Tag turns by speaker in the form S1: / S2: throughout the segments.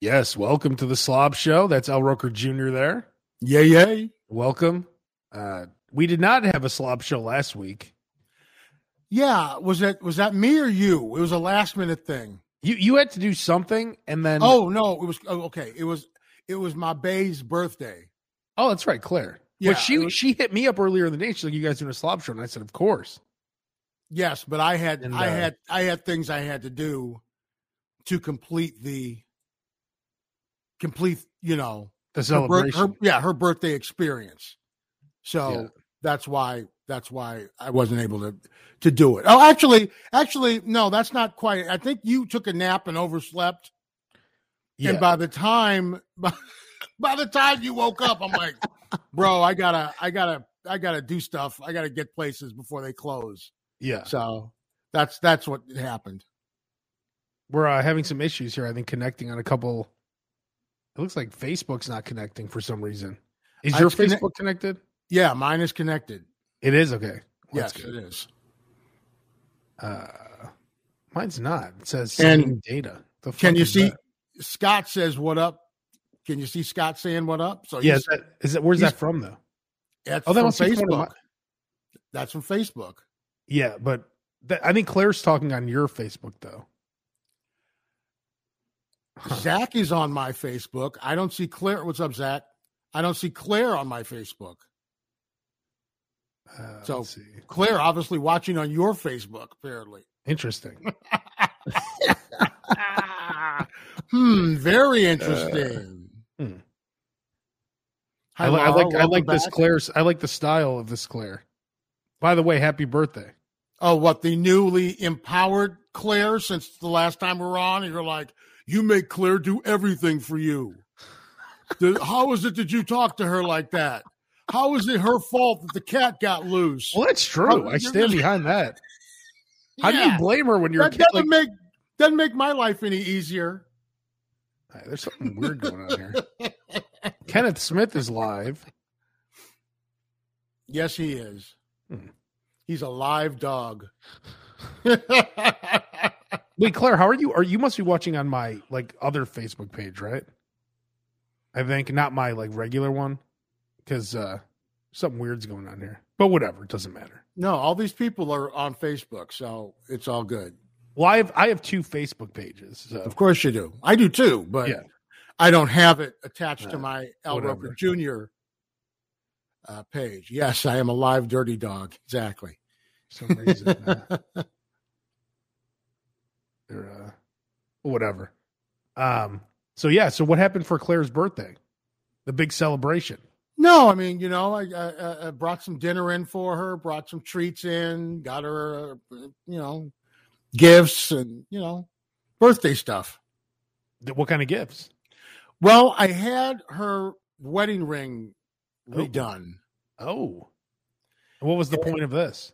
S1: Yes, welcome to the Slob Show. That's Al Roker Jr. there.
S2: Yay, yay.
S1: Welcome. Uh, we did not have a Slob Show last week.
S2: Yeah, was that was that me or you? It was a last minute thing.
S1: You you had to do something, and then
S2: Oh no, it was oh, okay. It was it was my bae's birthday.
S1: oh, that's right, Claire. Yeah,
S2: Yeah,
S1: she
S2: it was-
S1: she hit me up earlier in the day. She's like, "You guys doing a Slob Show?" And I said, "Of course."
S2: Yes, but I had
S1: And,
S2: I
S1: uh,
S2: had I had things I had to do to complete the complete, you know,
S1: The
S2: her birth-
S1: celebration.
S2: her- yeah, her birthday experience. So
S1: Yeah.
S2: that's why that's why I wasn't able to to do it. Oh, actually, actually, no, that's not quite. I think you took a nap and overslept,
S1: yeah.
S2: and by the time by, by the time you woke up, I'm like, bro, I gotta, I gotta, I gotta do stuff. I gotta get places before they close.
S1: yeah.
S2: So that's that's what happened.
S1: We're uh, having some issues here. I think connecting on a couple. It looks like Facebook's not connecting for some reason. Is
S2: I-
S1: your
S2: it's conne-
S1: Facebook connected?
S2: Yeah, mine is connected.
S1: It is okay.
S2: Yes,
S1: That's
S2: it is.
S1: Uh, mine's not. It says
S2: And
S1: sending data. The
S2: Can
S1: fuck
S2: you
S1: is
S2: see?
S1: that?
S2: Scott says, "What up?" Can you see Scott saying, "What up?" So
S1: Yeah,
S2: he's-
S1: is that, is that where's
S2: he's-
S1: that from though?
S2: That's
S1: Oh, that
S2: from
S1: must be from one of
S2: Facebook. That's from Facebook.
S1: Yeah, but that, I think Claire's talking on your Facebook though. Huh.
S2: Zach is on my Facebook. I don't see Claire. What's up, Zach? I don't see Claire on my Facebook.
S1: Uh,
S2: So-
S1: let's see.
S2: Claire obviously watching on your Facebook, apparently.
S1: interesting.
S2: hmm, very interesting.
S1: hmm.
S2: Hi,
S1: I, li- I
S2: Laura,
S1: like I
S2: welcome
S1: like this
S2: back.
S1: Claire's. I like the style of this Claire. By the way, happy birthday.
S2: Oh, what the newly empowered Claire since the last time we were on? And you're like, you make Claire do everything for you. The- how is it that you talk to her like that? How is it her fault that the cat got loose?
S1: Well, that's true.
S2: Oh,
S1: I
S2: you're
S1: stand
S2: just-
S1: behind that. How do
S2: Yeah.
S1: you blame her when you're a
S2: that
S1: kid?
S2: doesn't
S1: Like,
S2: make doesn't make my life any easier.
S1: Hey, there's something weird going on here. Kenneth Smith is live.
S2: Yes, he is.
S1: Hmm.
S2: He's a live dog.
S1: Wait, Claire, how are you? Are you must be watching on my like other Facebook page, right? I think not my like regular one because uh something weird's going on here. But whatever, it doesn't matter.
S2: no, all these people are on Facebook, so it's all good.
S1: Well, I have I have two Facebook pages. So
S2: Of course you do. I do too, but
S1: Yeah.
S2: I don't have it attached to
S1: Uh,
S2: my Al
S1: whatever.
S2: Roker Jr. Uh, page. Yes, I am a live dirty dog. Exactly.
S1: for some reason uh, they're uh whatever. Um so yeah, so what happened for Claire's birthday? The big celebration.
S2: No, I mean, you know, I, I, I brought some dinner in for her, brought some treats in, got her, uh, you know, gifts and, you know, birthday stuff.
S1: Th- What kind of gifts?
S2: Well, I had her wedding ring
S1: Oh.
S2: redone.
S1: Oh. And What was the point of this?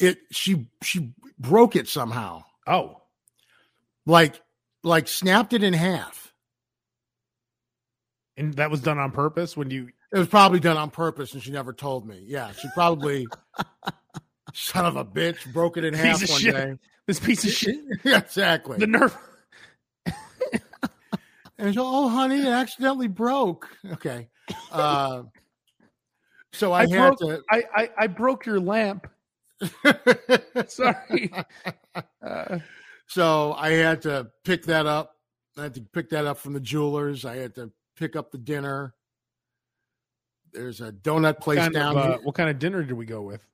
S2: It she she broke it somehow.
S1: Oh.
S2: Like like snapped it in half.
S1: And that was done on purpose when you
S2: It was probably done on purpose and she never told me. Yeah, she probably son of a bitch broke it in
S1: Piece
S2: half
S1: of
S2: one
S1: shit.
S2: day.
S1: this piece of shit
S2: Yeah, exactly.
S1: the nerve
S2: And so, oh, honey, it accidentally broke. Okay. Uh, so I,
S1: I
S2: had to.
S1: I, I I broke your lamp. Sorry. uh,
S2: so I had to pick that up. I had to pick that up from the jewelers. I had to pick up the dinner. There's a donut place
S1: kind of,
S2: down
S1: uh,
S2: here.
S1: what kind of dinner did we go with?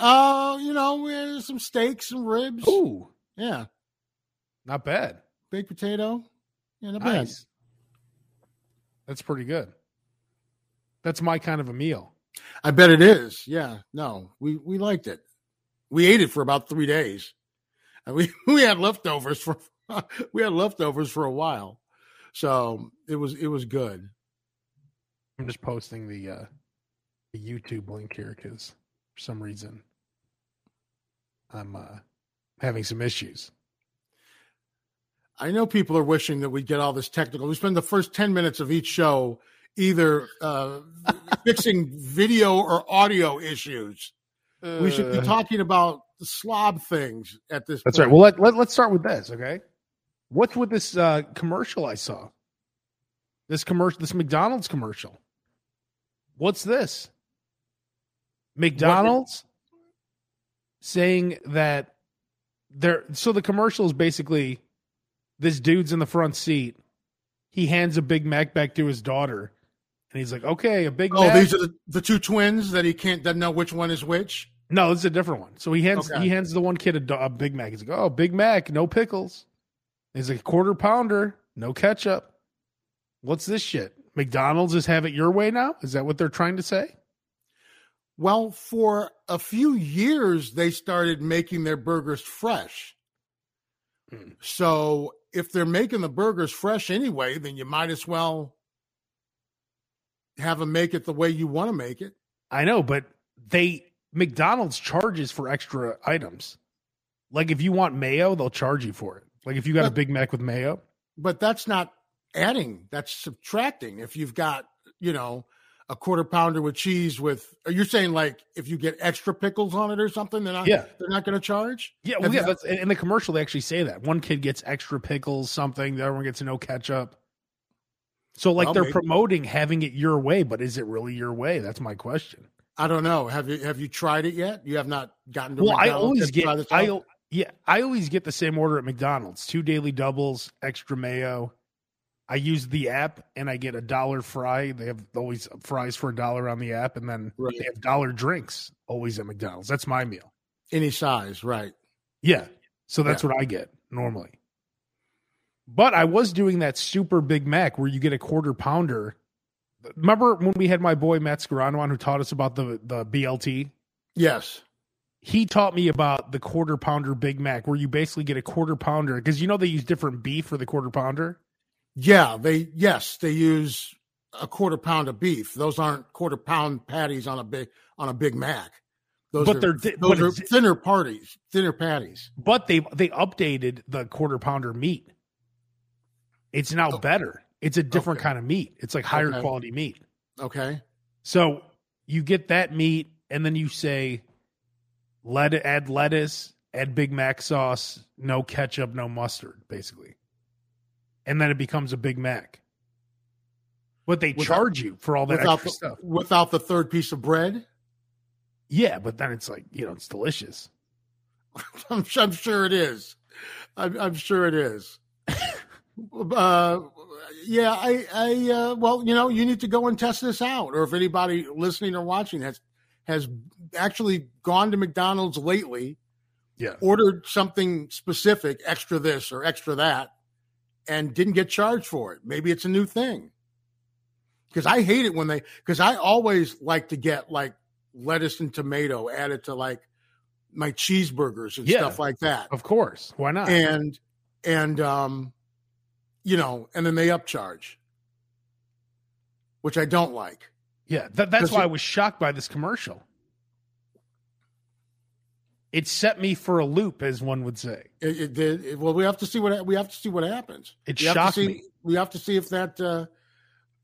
S2: Oh, you know, we had some steaks, some ribs.
S1: Ooh,
S2: Yeah.
S1: not bad.
S2: Baked potato. Yeah, not bad.
S1: Nice. That's pretty good. That's my kind of a meal.
S2: I bet it is. Yeah. No, we we liked it. We ate it for about three days, and we we had leftovers for we had leftovers for a while, so it was it was good.
S1: I'm just posting the uh the YouTube link here because for some reason I'm uh having some issues.
S2: I know people are wishing that we get all this technical. We spend the first ten minutes of each show either uh, fixing video or audio issues. We should be
S1: Uh,
S2: talking about slob things at this.
S1: That's
S2: point.
S1: right. Well, let, let, let's start with this, okay? What's with this uh, commercial I saw? This commercial, this McDonald's commercial. What's this? McDonald's saying that they're so the commercial is basically this dude's in the front seat. He hands a Big Mac back to his daughter, and he's like, "Okay, a Big
S2: Oh,
S1: Mac."
S2: these are the, the two twins that he can't doesn't know which one is which.
S1: No, this is a different one. So he hands
S2: Okay.
S1: he hands the one kid a, do- a Big Mac. He's like, "Oh, Big Mac, no pickles." He's like, "Quarter pounder, no ketchup." What's this shit? McDonald's is have it your way now? Is that what they're trying to say?
S2: Well, for a few years, they started making their burgers fresh.
S1: Hmm.
S2: So if they're making the burgers fresh anyway, then you might as well have them make it the way you want to make it.
S1: I know, but they McDonald's charges for extra items. Like if you want mayo, they'll charge you for it. Like if you got a
S2: But-
S1: Big Mac with mayo,
S2: But that's not adding, that's subtracting. If you've got, you know, a quarter pounder with cheese with, are you saying like if you get extra pickles on it or something, they're not,
S1: yeah,
S2: they're not going to charge?
S1: yeah, well,
S2: Have
S1: yeah.
S2: you-
S1: That's in in the commercial they actually say that one kid gets extra pickles, something. The other one gets no ketchup. So like
S2: Well,
S1: they're
S2: maybe.
S1: promoting having it your way, but is it really your way? That's my question.
S2: I don't know. Have you have you tried it yet? You have not gotten to.
S1: Well, I
S2: McDonald's
S1: always
S2: yet to
S1: get
S2: try this out?
S1: I al- yeah, I always get the same order at McDonald's: two daily doubles, extra mayo. I use the app and I get a dollar fry. They have always fries for a dollar on the app, and then
S2: Right.
S1: they have dollar drinks always at McDonald's. That's my meal.
S2: any size, right?
S1: Yeah, so that's what I get normally. But I was doing that super Big Mac where you get a quarter pounder. Remember when we had my boy Matt Scarano on who taught us about the the BLT
S2: Yes.
S1: he taught me about the quarter pounder Big Mac, where you basically get a quarter pounder because you know they use different beef for the quarter pounder.
S2: Yeah, they yes, they use a quarter pound of beef. Those aren't quarter pound patties on a big on a Big Mac. Those
S1: but
S2: are
S1: they're di-
S2: those
S1: but,
S2: are
S1: it's-
S2: thinner parties, thinner patties.
S1: but they they updated the quarter pounder meat. It's now
S2: Oh.
S1: better. It's a different
S2: Okay.
S1: kind of meat. It's like higher
S2: Okay.
S1: quality meat.
S2: Okay.
S1: So you get that meat, and then you say, let add lettuce, add Big Mac sauce, no ketchup, no mustard, basically, and then it becomes a Big Mac. But they
S2: Without-
S1: charge you for all that
S2: Without
S1: extra
S2: the,
S1: stuff.
S2: without the third piece of bread,
S1: Yeah, but then it's like you know it's delicious.
S2: I'm, su- I'm sure it is. I'm, I'm sure it is. uh, yeah, I, I, uh, well, you know, you need to go and test this out, or if anybody listening or watching has has actually gone to McDonald's lately,
S1: Yeah.
S2: ordered something specific, extra this or extra that, and didn't get charged for it. Maybe it's a new thing. Because I hate it when they, because I always like to get like lettuce and tomato added to like my cheeseburgers and
S1: Yeah. Oh,
S2: stuff like that
S1: Of course, why not?
S2: and and um you know and then they upcharge which i don't like
S1: yeah, that, that's
S2: Does
S1: why
S2: it-
S1: I was shocked by this commercial. It set me for a loop, as one would say.
S2: it, it, did- it- well we have to see what we have to see what happens
S1: It
S2: we have
S1: shocked
S2: to see
S1: me.
S2: we have to see if that uh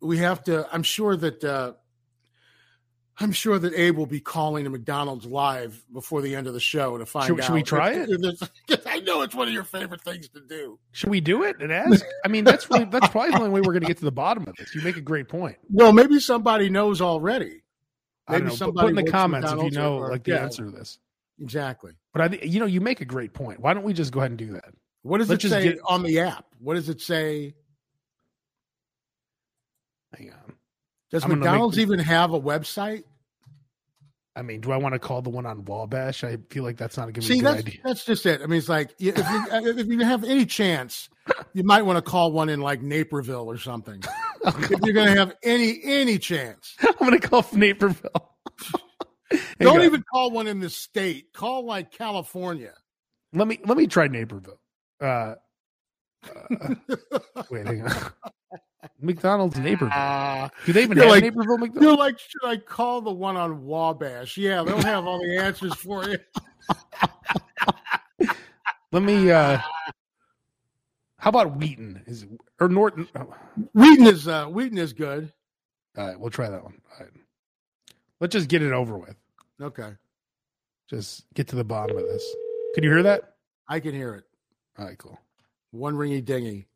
S2: we have to i'm sure that uh I'm sure that Abe will be calling to McDonald's live before the end of the show to find
S1: Should-
S2: out.
S1: should we try
S2: if-
S1: it?
S2: if there's- 'cause I know it's one of your favorite things to do.
S1: Should we do it and ask? I mean, that's really, that's probably the only way we're going to get to the bottom of this. You make a great point.
S2: Well, maybe somebody knows already.
S1: I don't
S2: Maybe
S1: know, but
S2: somebody
S1: put in
S2: works
S1: the
S2: at
S1: comments if you
S2: McDonald's
S1: know
S2: or-
S1: like the
S2: yeah.
S1: answer to this.
S2: Exactly.
S1: But I, think you know, you make a great point. Why don't we just go ahead and do that?
S2: What does
S1: Let's
S2: it
S1: just
S2: say
S1: get-
S2: on the app? What does it say?
S1: Hang on.
S2: Does
S1: I'm gonna make
S2: McDonald's
S1: the-
S2: even have a website?
S1: I mean, do I want to call the one on Wabash? I feel like that's not giving me
S2: See,
S1: a good
S2: that's
S1: idea.
S2: that's just it. I mean, it's like you- if you, if you have any chance, you might want to call one in like Naperville or something. if you're going to have any any chance,
S1: I'm going to call Naperville. Hang
S2: don't
S1: on.
S2: even call one in the state. Call like California.
S1: Let me let me try Naperville. Uh, uh, wait, hang on. McDonald's Naperville.
S2: Ah,
S1: Do they even
S2: You're
S1: have
S2: like-
S1: Naperville McDonald's?
S2: you're like, should I call the one on Wabash? Yeah, they'll have all the answers for you.
S1: Let me. uh How about Wheaton? Is or Norton? oh,
S2: Wheaton is uh, Wheaton is good.
S1: all right, we'll try that one. All right. Let's just get it over with.
S2: Okay,
S1: Just get to the bottom of this. Can you hear that?
S2: I can hear it.
S1: All right, cool.
S2: One ringy dingy.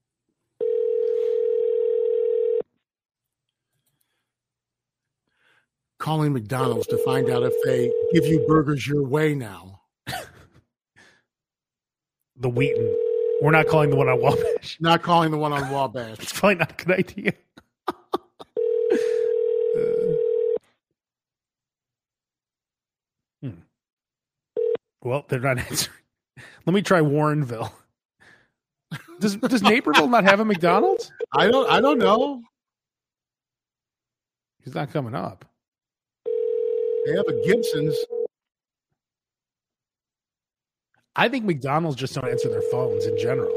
S2: Calling McDonald's to find out if they give you burgers your way now.
S1: The Wheaton. We're not calling the one on Wabash.
S2: Not calling the one on Wabash.
S1: It's probably not a good idea. Uh, hmm. Well, they're not answering. Let me try Warrenville. Does does Naperville not have a McDonald's?
S2: I don't. I don't know.
S1: He's not coming up.
S2: They have a Gibson's.
S1: I think McDonald's just don't answer their phones in general.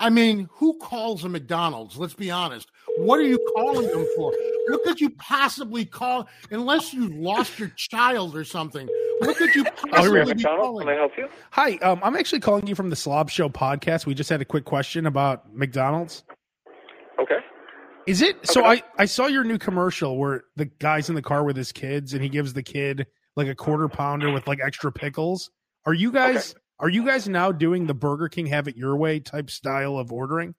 S2: I mean, who calls a McDonald's? Let's be honest. What are you calling them for? What could you possibly call unless you lost your child or something? What could you
S3: Oh,
S2: possibly be
S3: McDonald, can
S2: calling?
S3: I help you?
S1: Hi, um, I'm actually calling you from the Slob Show podcast. We just had a quick question about McDonald's.
S3: Okay.
S1: Is it so? I I saw your new commercial where the guy's in the car with his kids and he gives the kid like a quarter pounder with like extra pickles. Are you guys are you guys now doing the Burger King have it your way type style of ordering?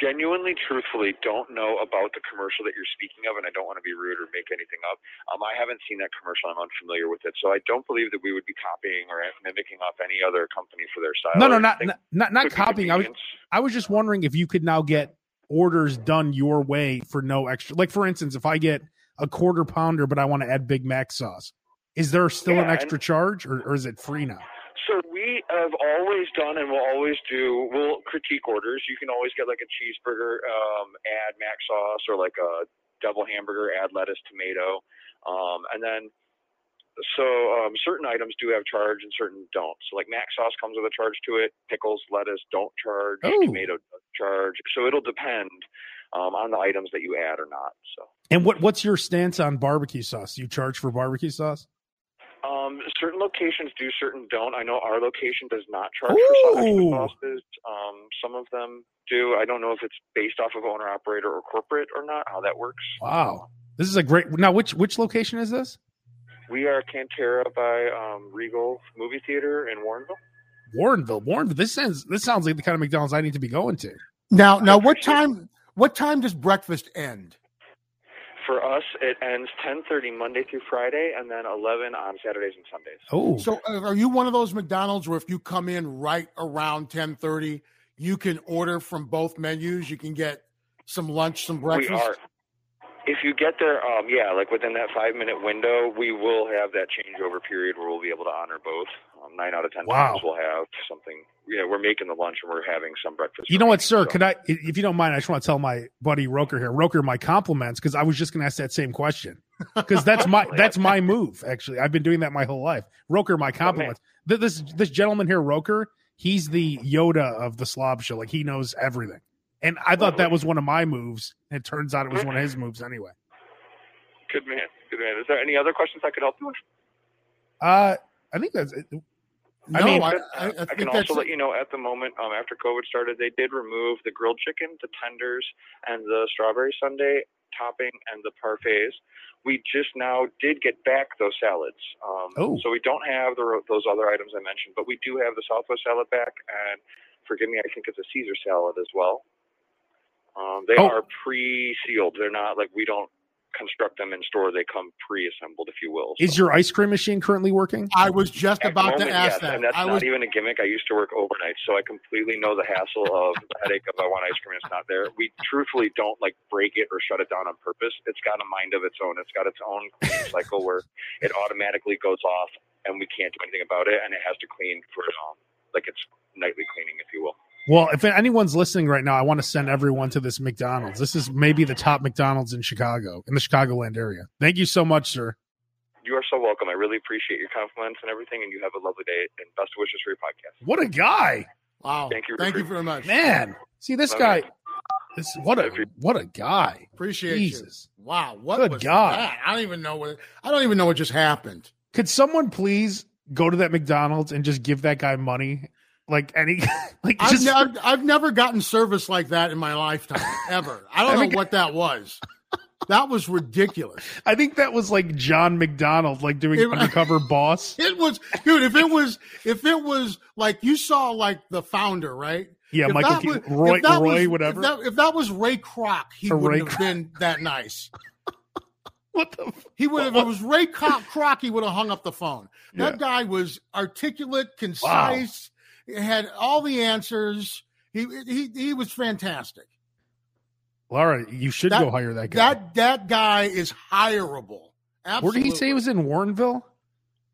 S3: Genuinely, truthfully, don't know about the commercial that you're speaking of, and I don't want to be rude or make anything up. Um, I haven't seen that commercial. I'm unfamiliar with it, so I don't believe that we would be copying or mimicking off any other company for their style.
S1: No, no,
S3: I
S1: not
S3: think
S1: not not, not
S3: cookie
S1: copying. I was
S3: convenience-
S1: I was just wondering if you could now get orders done your way for no extra. Like for instance, if I get a quarter pounder but I want to add Big Mac sauce, is there still an
S3: Yeah, and-
S1: extra charge or, or is it free now?
S3: So we have always done and will always do. We'll critique orders. You can always get like a cheeseburger, um, add mac sauce, or like a double hamburger, add lettuce, tomato, um, and then so um, certain items do have charge and certain don't. So like mac sauce comes with a charge to it. Pickles, lettuce don't charge.
S1: Oh.
S3: Tomato does charge. So it'll depend um, on the items that you add or not. So.
S1: And what what's your stance on barbecue sauce? You charge for barbecue sauce?
S3: Um, certain locations do, certain don't. I know our location does not charge for salvation
S1: Ooh.
S3: sauces. Um, some of them do. I don't know if it's based off of owner operator or corporate or not. How that works.
S1: Wow, this is a great. Now, which which location is this?
S3: We are Cantera by um, Regal Movie Theater in Warrenville.
S1: Warrenville, Warrenville. This sounds this sounds like the kind of McDonald's I need to be going to.
S2: Now, now, what
S3: appreciate
S2: time? What time does breakfast end?
S3: For us, it ends 10:30 Monday through Friday, and then 11 on Saturdays and Sundays.
S1: Oh,
S2: So, uh, are you one of those McDonald's where if you come in right around ten thirty, you can order from both menus? You can get some lunch, some breakfast.
S3: We are. If you get there, um, yeah, like within that five minute window, we will have that changeover period where we'll be able to honor both. Um, nine out of ten
S1: Wow.
S3: times we'll have something. Yeah, we're making the lunch and we're having some breakfast.
S1: you know what,
S3: for
S1: sir?
S3: each, so.
S1: Could I, if you don't mind, I just want to tell my buddy Roker here, Roker, my compliments because I was just going to ask that same question because that's my that's my move. Actually, I've been doing that my whole life. Roker, my compliments. Th- this this gentleman here, Roker, he's the Yoda of the Slob Show. Like he knows everything. And I thought that was one of my moves. and It turns out it was one of his moves anyway.
S3: Good man. Good man. Is there any other questions I could help you with?
S1: Uh, I think that's it.
S2: No,
S1: I
S2: I,
S1: mean-
S2: I, I,
S3: I,
S2: think
S3: can
S2: that's
S3: also let you know at the moment, um, after COVID started, they did remove the grilled chicken, the tenders, and the strawberry sundae topping and the parfaits. We just now did get back those salads. Um,
S1: Oh.
S3: So we don't have the, those other items I mentioned, but we do have the Southwest salad back, and forgive me, I think it's a Caesar salad as well. Um, they
S1: Oh.
S3: are pre sealed. They're not like we don't construct them in store, they come pre assembled, if you will.
S1: Is your ice cream machine currently working?
S2: I was just
S3: At the
S2: about
S3: moment,
S2: to ask
S3: yes,
S2: that.
S3: And that's
S2: I
S3: not e-,
S2: was
S3: even a gimmick. I used to work overnight, so I completely know the hassle of the headache of I want ice cream. It's not there. We truthfully don't like break it or shut it down on purpose. It's got a mind of its own. It's got its own cleaning cycle where it automatically goes off, and we can't do anything about it. And it has to clean for um, like it's nightly cleaning, if you will.
S1: Well, if anyone's listening right now, I want to send everyone to this McDonald's. This is maybe the top McDonald's in Chicago, in the Chicagoland area. Thank you so much, sir.
S3: You are so welcome. I really appreciate your compliments and everything, and you have a lovely day. And best wishes for your podcast.
S1: What a guy,
S2: wow.
S3: Thank you,
S2: Thank you
S3: recruit.
S2: very much.
S1: man! See this guy. This what a what a guy.
S2: Appreciate
S1: Jesus.
S2: you. Wow, what
S1: Good
S2: was
S1: God.
S2: that? I don't even know what I don't even know what just happened.
S1: Could someone please go to that McDonald's and just give that guy money? Like any, like
S2: I've,
S1: just
S2: ne- I've, I've never gotten service like that in my lifetime ever. I don't know what that was. That was ridiculous.
S1: I think that was like John McDonald, like doing
S2: It-
S1: undercover boss.
S2: It was, dude. If it was, if it was like you saw, like the founder, right?
S1: Yeah,
S2: If
S1: Michael
S2: that
S1: Keaton,
S2: was-
S1: Roy,
S2: if that
S1: Roy,
S2: was-
S1: whatever.
S2: If that, if that was Ray Kroc, he
S1: Or
S2: wouldn't
S1: Ray
S2: have
S1: Kroc.
S2: been that nice.
S1: what the? F-
S2: He would have. If it was Ray Kroc, Kroc, he would have hung up the phone.
S1: Yeah.
S2: That guy was articulate, concise, had all the answers. He he he was fantastic.
S1: Well, all right, you should
S2: That-
S1: go hire that guy.
S2: That that guy is hireable.
S1: Where
S2: Absolutely.
S1: did he say he was in Warrenville?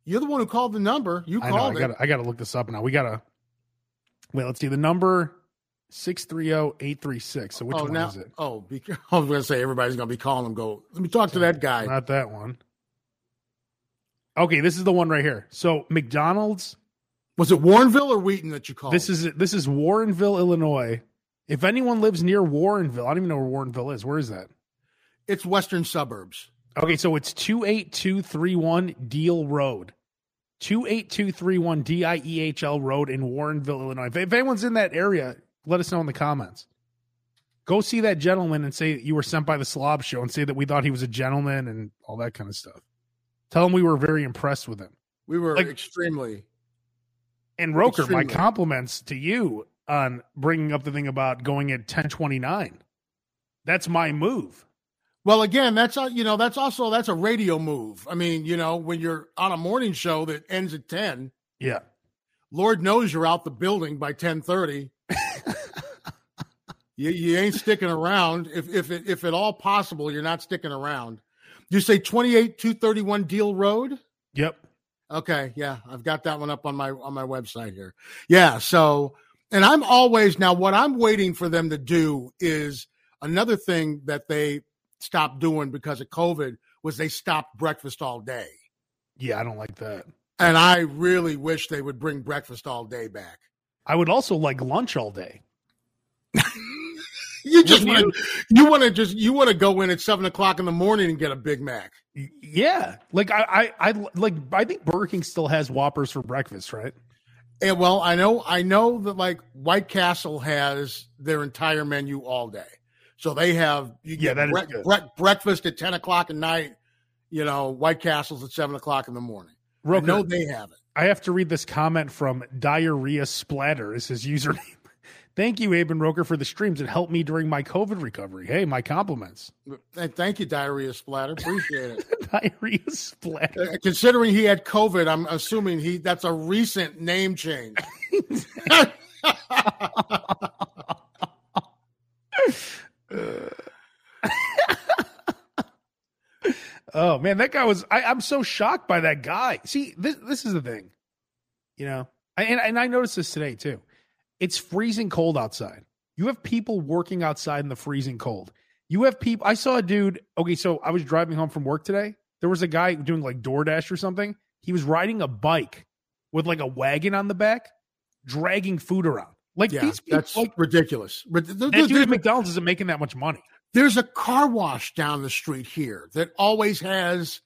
S2: You're the one who called the number. You
S1: I know. I
S2: called
S1: gotta.
S2: it.
S1: I gotta look this up now. We gotta. Wait. Let's see the number. 630-836. So which
S2: oh,
S1: one
S2: now,
S1: is it?
S2: oh, be, I was going to say everybody's going to be calling him. Go. Let me talk to that guy.
S1: Not that one. Okay, this is the one right here. So McDonald's
S2: Was it Warrenville or Wheaton that you called?
S1: This is this is Warrenville, Illinois. If anyone lives near Warrenville, I don't even know where Warrenville is. Where is that?
S2: it's Western suburbs.
S1: Okay, so it's 28231 Deal Road. 28231 D I E H L Road in Warrenville, Illinois. If, if anyone's in that area, let us know in the comments. Go see that gentleman and say that you were sent by the Slob Show and say that we thought he was a gentleman and all that kind of stuff. Tell him we were very impressed with him.
S2: We were
S1: Like-
S2: extremely.
S1: And Roker, my
S2: Extremely.
S1: compliments to you on bringing up the thing about going at 1029. That's my move.
S2: Well, again, that's a, you know that's also that's a radio move. I mean, you know, when you're on a morning show that ends at ten,
S1: Yeah.
S2: Lord knows you're out the building by ten thirty. you you ain't sticking around. If if it, if at all possible, you're not sticking around. You say twenty eight two thirty one Deal Road.
S1: Yep.
S2: Okay, yeah, I've got that one up on my on my website here. Yeah, so and I'm always now what I'm waiting for them to do is another thing that they stopped doing because of COVID was they stopped breakfast all day.
S1: Yeah, I don't like that.
S2: And I really wish they would bring breakfast all day back.
S1: I would also like lunch all day.
S2: You just
S1: Wouldn't
S2: want to you want to just you want to go in at seven o'clock in the morning and get a Big Mac.
S1: Y- Yeah. Like I, I I like I think Burger King still has Whoppers for breakfast, right?
S2: And well, I know I know that like White Castle has their entire menu all day, so they have you
S1: Yeah,
S2: get
S1: that is
S2: brec-
S1: good.
S2: brec- breakfast at ten o'clock at night. You know, White Castle's at seven o'clock in the morning.
S1: Roker,
S2: I know they have it.
S1: I have to read this comment from Diarrhea Splatter is his username. Thank you, Aben Roker, for the streams. It helped me during my COVID recovery. Hey, my compliments.
S2: And thank you, Diarrhea Splatter. Appreciate it.
S1: Diarrhea Splatter.
S2: Uh, Considering he had COVID, I'm assuming he that's a recent name change.
S1: Oh man, that guy was. I, I'm so shocked by that guy. See, this this is the thing, you know. I, and and I noticed this today too. It's freezing cold outside. You have people working outside in the freezing cold. You have people. I saw a dude. Okay, so I was driving home from work today. There was a guy doing like DoorDash or something. He was riding a bike with like a wagon on the back, dragging food around. Like
S2: yeah,
S1: these people,
S2: that's
S1: like
S2: ridiculous. But th- th-
S1: that dude
S2: there's
S1: at McDonald's isn't making that much money.
S2: there's a car wash down the street here that always has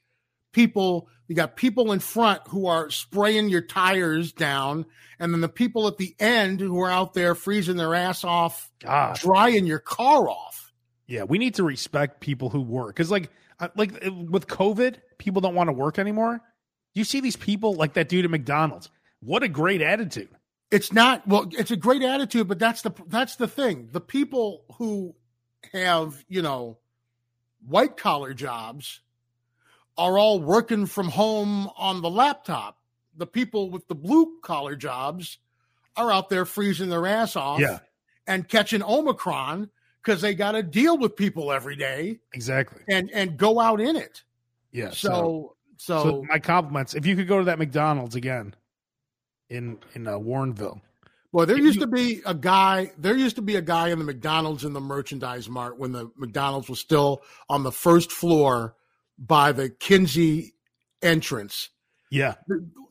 S2: people you got people in front who are spraying your tires down and then the people at the end who are out there freezing their ass off
S1: God,
S2: drying your car off
S1: Yeah, we need to respect people who work because, like, I- like uh, with COVID, people don't want to work anymore. You see these people like that dude at McDonald's. What a great attitude!
S2: it's not well it's a great attitude but that's the that's the thing the people who have you know white collar jobs are all working from home on the laptop the people with the blue collar jobs are out there freezing their ass off
S1: Yeah.
S2: and catching omicron because they got to deal with people every day
S1: Exactly.
S2: and and go out in it
S1: Yeah.
S2: so so,
S1: so, so my compliments. If you could go to that McDonald's again in in uh, Warrenville,
S2: Well, there
S1: If
S2: used
S1: you-
S2: to be a guy. There used to be a guy in the McDonald's in the merchandise mart when the McDonald's was still on the first floor by the Kinsey entrance.
S1: yeah,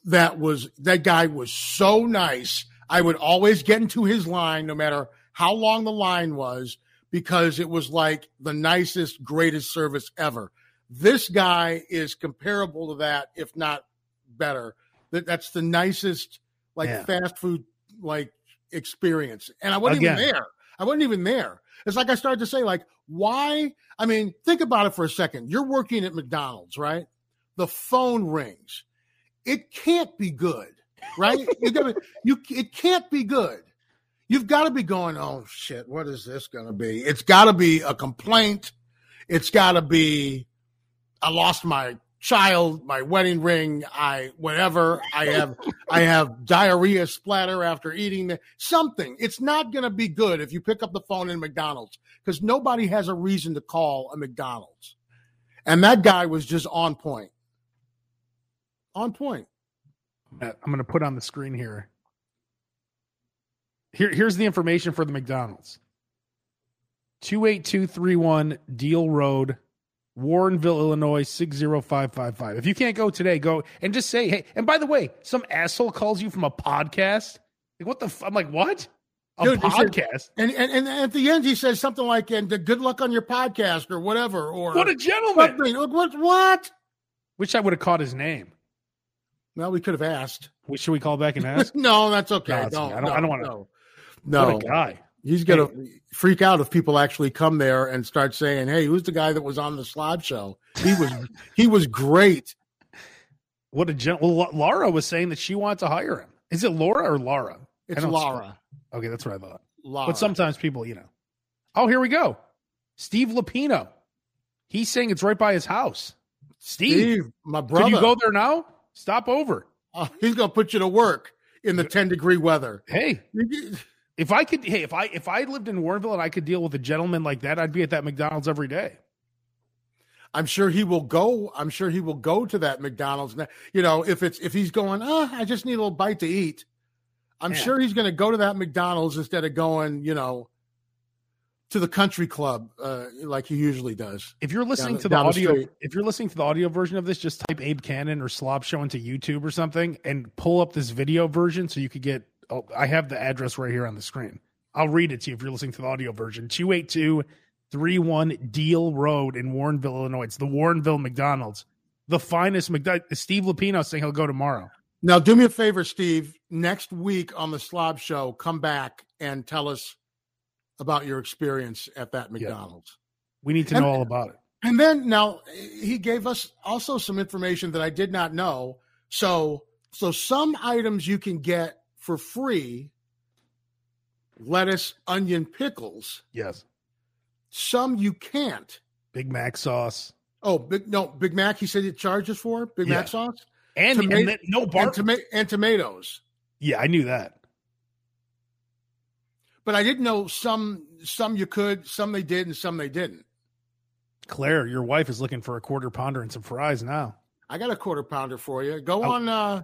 S2: That was that guy was so nice. I would always get into his line, no matter how long the line was, because it was like the nicest, greatest service ever. This guy is comparable to that, if not better. That that's the nicest, like
S1: Yeah.
S2: fast food like experience. And I wasn't even
S1: Again.
S2: there. I wasn't even there. It's like I started to say, like, why? I mean, think about it for a second. You're working at McDonald's, right? The phone rings. It can't be good, right? you gotta, you it can't be good. You've got to be going, oh shit, what is this gonna be? It's gotta be a complaint. It's gotta be I lost my child, my wedding ring, I whatever. I have I have diarrhea splatter after eating the, something. It's not going to be good if you pick up the phone in McDonald's because nobody has a reason to call a McDonald's. And that guy was just on point. On point.
S1: Uh, I'm going to put on the screen here. Here, here's the information for the McDonald's. 28231 Deal Road, Warrenville, Illinois, 60555. If you can't go today, go and just say, hey, and by the way, some asshole calls you from a podcast. Like, what the? F-? I'm like, what? A
S2: Dude, he said-
S1: podcast?
S2: And, and and at the end he says something like and good luck on your podcast or whatever or
S1: What a gentleman.
S2: something. What what what?
S1: Wish I would have caught his name.
S2: Well, we could have asked.
S1: Wh- Should we call back and ask?
S2: no, that's okay.
S1: No, it's
S2: don't,
S1: okay. I don't- I don't wanna-
S2: No.
S1: What
S2: no.
S1: a guy.
S2: He's gonna freak out if people actually come there and start saying, "Hey, who's the guy that was on the slide show? He was he was great."
S1: What a gent. Well, La- Laura was saying that she wanted to hire him. Is it Laura or Laura?
S2: It's
S1: don't-
S2: Laura.
S1: Okay, that's what I thought.
S2: Laura.
S1: But sometimes people, you know. Oh, here we go. Steve Lapino. He's saying it's right by his house. Steve,
S2: Steve, my
S1: could
S2: brother,
S1: you go there now? Stop over.
S2: Uh, he's gonna put you to work in the ten degree weather.
S1: Hey, if I could, hey, if I if I lived in Warrenville and I could deal with a gentleman like that, I'd be at that McDonald's every day.
S2: I'm sure he will go. I'm sure he will go to that McDonald's. Now. You know, if it's if he's going, oh, I just need a little bite to eat. I'm
S1: Yeah.
S2: sure he's going to go to that McDonald's instead of going, you know, to the country club uh, like he usually does.
S1: If you're listening
S2: the-
S1: to the
S2: down the
S1: audio,
S2: street.
S1: if you're listening to the audio version of this, just type Abe Cannon or Slob Show into YouTube or something, and pull up this video version so you could get. Oh, I have the address right here on the screen. I'll read it to you if you're listening to the audio version. 28231 Deal E Road in Warrenville, Illinois. It's the Warrenville McDonald's, the finest McDonald's. Steve Lapino saying he'll go tomorrow.
S2: Now, do me a favor, Steve. Next week on the Slob Show, come back and tell us about your experience at that McDonald's.
S1: We need to
S2: And-
S1: know all about it.
S2: And then now he gave us also some information that I did not know. So so some items you can get for free lettuce, onion, pickles.
S1: Yes,
S2: Some you can't.
S1: Big Mac sauce
S2: Oh, big no, Big Mac he said it charges for Big
S1: Yeah.
S2: Mac sauce
S1: and,
S2: Tomato-
S1: and then, no bar.
S2: and, toma- and tomatoes.
S1: yeah, I knew that.
S2: But I didn't know some some you could, some they did and some they didn't.
S1: Claire, your wife is looking for a quarter pounder and some fries now.
S2: I got a quarter pounder for you. Go
S1: Oh.
S2: on. Uh,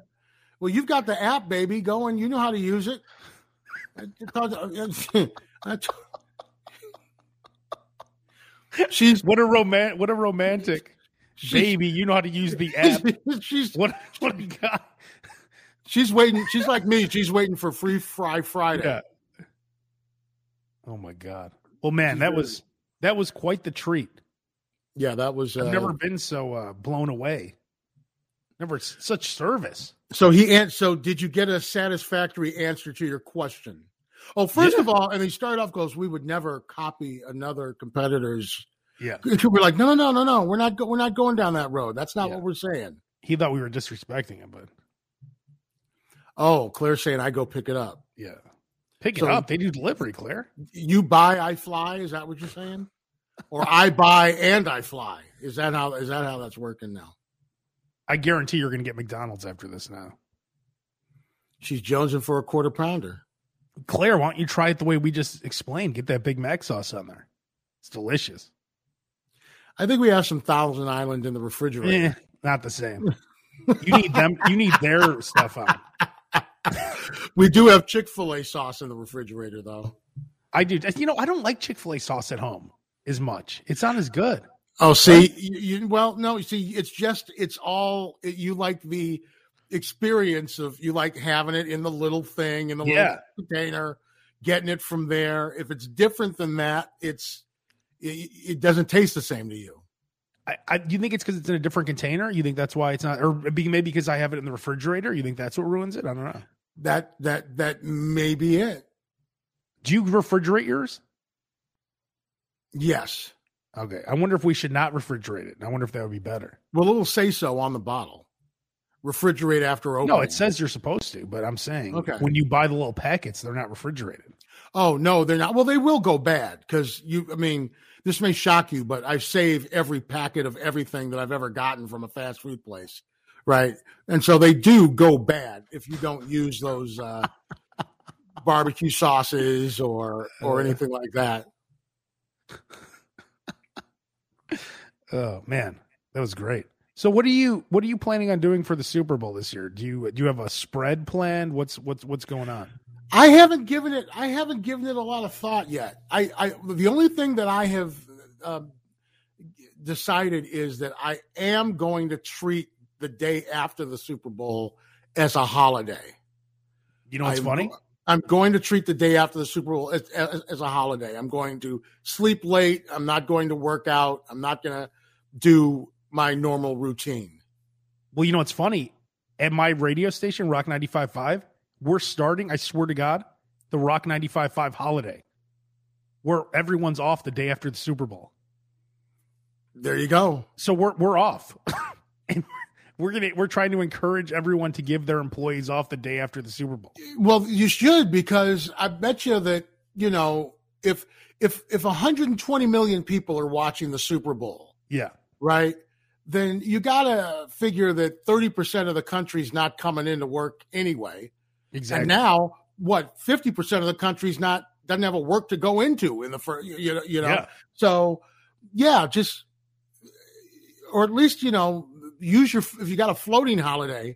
S2: well, you've got the app, baby. Go and you know how to use it. I told- I told- she's
S1: What a roman what a romantic
S2: she's,
S1: baby. You know how to use the app.
S2: she's
S1: What what a guy.
S2: she's waiting. She's like me. She's waiting for free fry Friday.
S1: Yeah. Oh my god. Well man, that was that was quite the treat.
S2: Yeah, that was. Uh,
S1: I've never been so uh, blown away. Never s- such service.
S2: So he and so did you get a satisfactory answer to your question? Oh, first
S1: Yeah.
S2: of all, and he started off goes, we would never copy another competitor's.
S1: Yeah.
S2: We're like, no, no, no, no, no. We're not. Go- we're not going down that road. That's not
S1: Yeah.
S2: what we're saying.
S1: He thought we were disrespecting him, but
S2: Oh, Claire's saying I go pick it up.
S1: yeah. Pick it
S2: So-
S1: up. They do delivery, Claire.
S2: You buy, I fly. Is that what you're saying? Or I buy and I fly. Is that how is that how that's working now?
S1: I guarantee you're gonna get McDonald's after this now.
S2: She's jonesing for a quarter pounder.
S1: Claire, why don't you try it the way we just explained? Get that Big Mac sauce on there. It's delicious.
S2: I think we have some Thousand Island in the refrigerator.
S1: Eh, not the same. You need them. You need their stuff on. Eh.
S2: We do have Chick Fil A sauce in the refrigerator, though.
S1: I do. You know, I don't like Chick Fil A sauce at home as much. It's not as good.
S2: Oh, see, you, you, well, no, you see, it's just it's all you like the experience of you like having it in the little thing in the
S1: Yeah.
S2: little container, getting it from there. If it's different than that, it's it, it doesn't taste the same to you.
S1: I, I you think it's because it's in a different container? You think that's why it's not, or be- maybe because I have it in the refrigerator? You think that's what ruins it? I don't know.
S2: That that that may be it.
S1: Do you refrigerate yours?
S2: Yes.
S1: Okay. I wonder if we should not refrigerate it. I wonder if that would be better.
S2: Well, it'll say so on the bottle. Refrigerate after opening.
S1: No, it says you're supposed to, but I'm saying
S2: Oh. Okay.
S1: when you buy the little packets, they're not refrigerated.
S2: Oh no, they're not. Well, they will go bad because you. I mean, this may shock you, but I save every packet of everything that I've ever gotten from a fast food place, right? And so they do go bad if you don't use those uh, barbecue sauces or or anything like that.
S1: Oh man, that was great. So what are you what are you planning on doing for the Super Bowl this year? Do you do you have a spread planned? What's what's what's going on?
S2: I haven't given it. I haven't given it a lot of thought yet. I, I the only thing that I have um, decided is that I am going to treat the day after the Super Bowl as a holiday.
S1: You know what's
S2: I'm-
S1: funny?
S2: I'm going to treat the day after the Super Bowl as, as, as a holiday. I'm going to sleep late. I'm not going to work out. I'm not going to do my normal routine.
S1: Well, you know what's funny? At my radio station, Rock 95.5, we're starting, I swear to God, the Rock 95.5 holiday where everyone's off the day after the Super Bowl.
S2: There you go.
S1: So we're we're off. and we're going to we're trying to encourage everyone to give their employees off the day after the Super Bowl.
S2: Well, you should because I bet you that you know if if if 120 million people are watching the Super Bowl,
S1: Yeah.
S2: right? Then you gotta figure that 30 percent of the country's not coming into work anyway.
S1: Exactly.
S2: And now, what? Fifty percent of the country's not doesn't have a work to go into in the first. You know, you know.
S1: Yeah.
S2: So, yeah, just or at least you know use your if you got a floating holiday,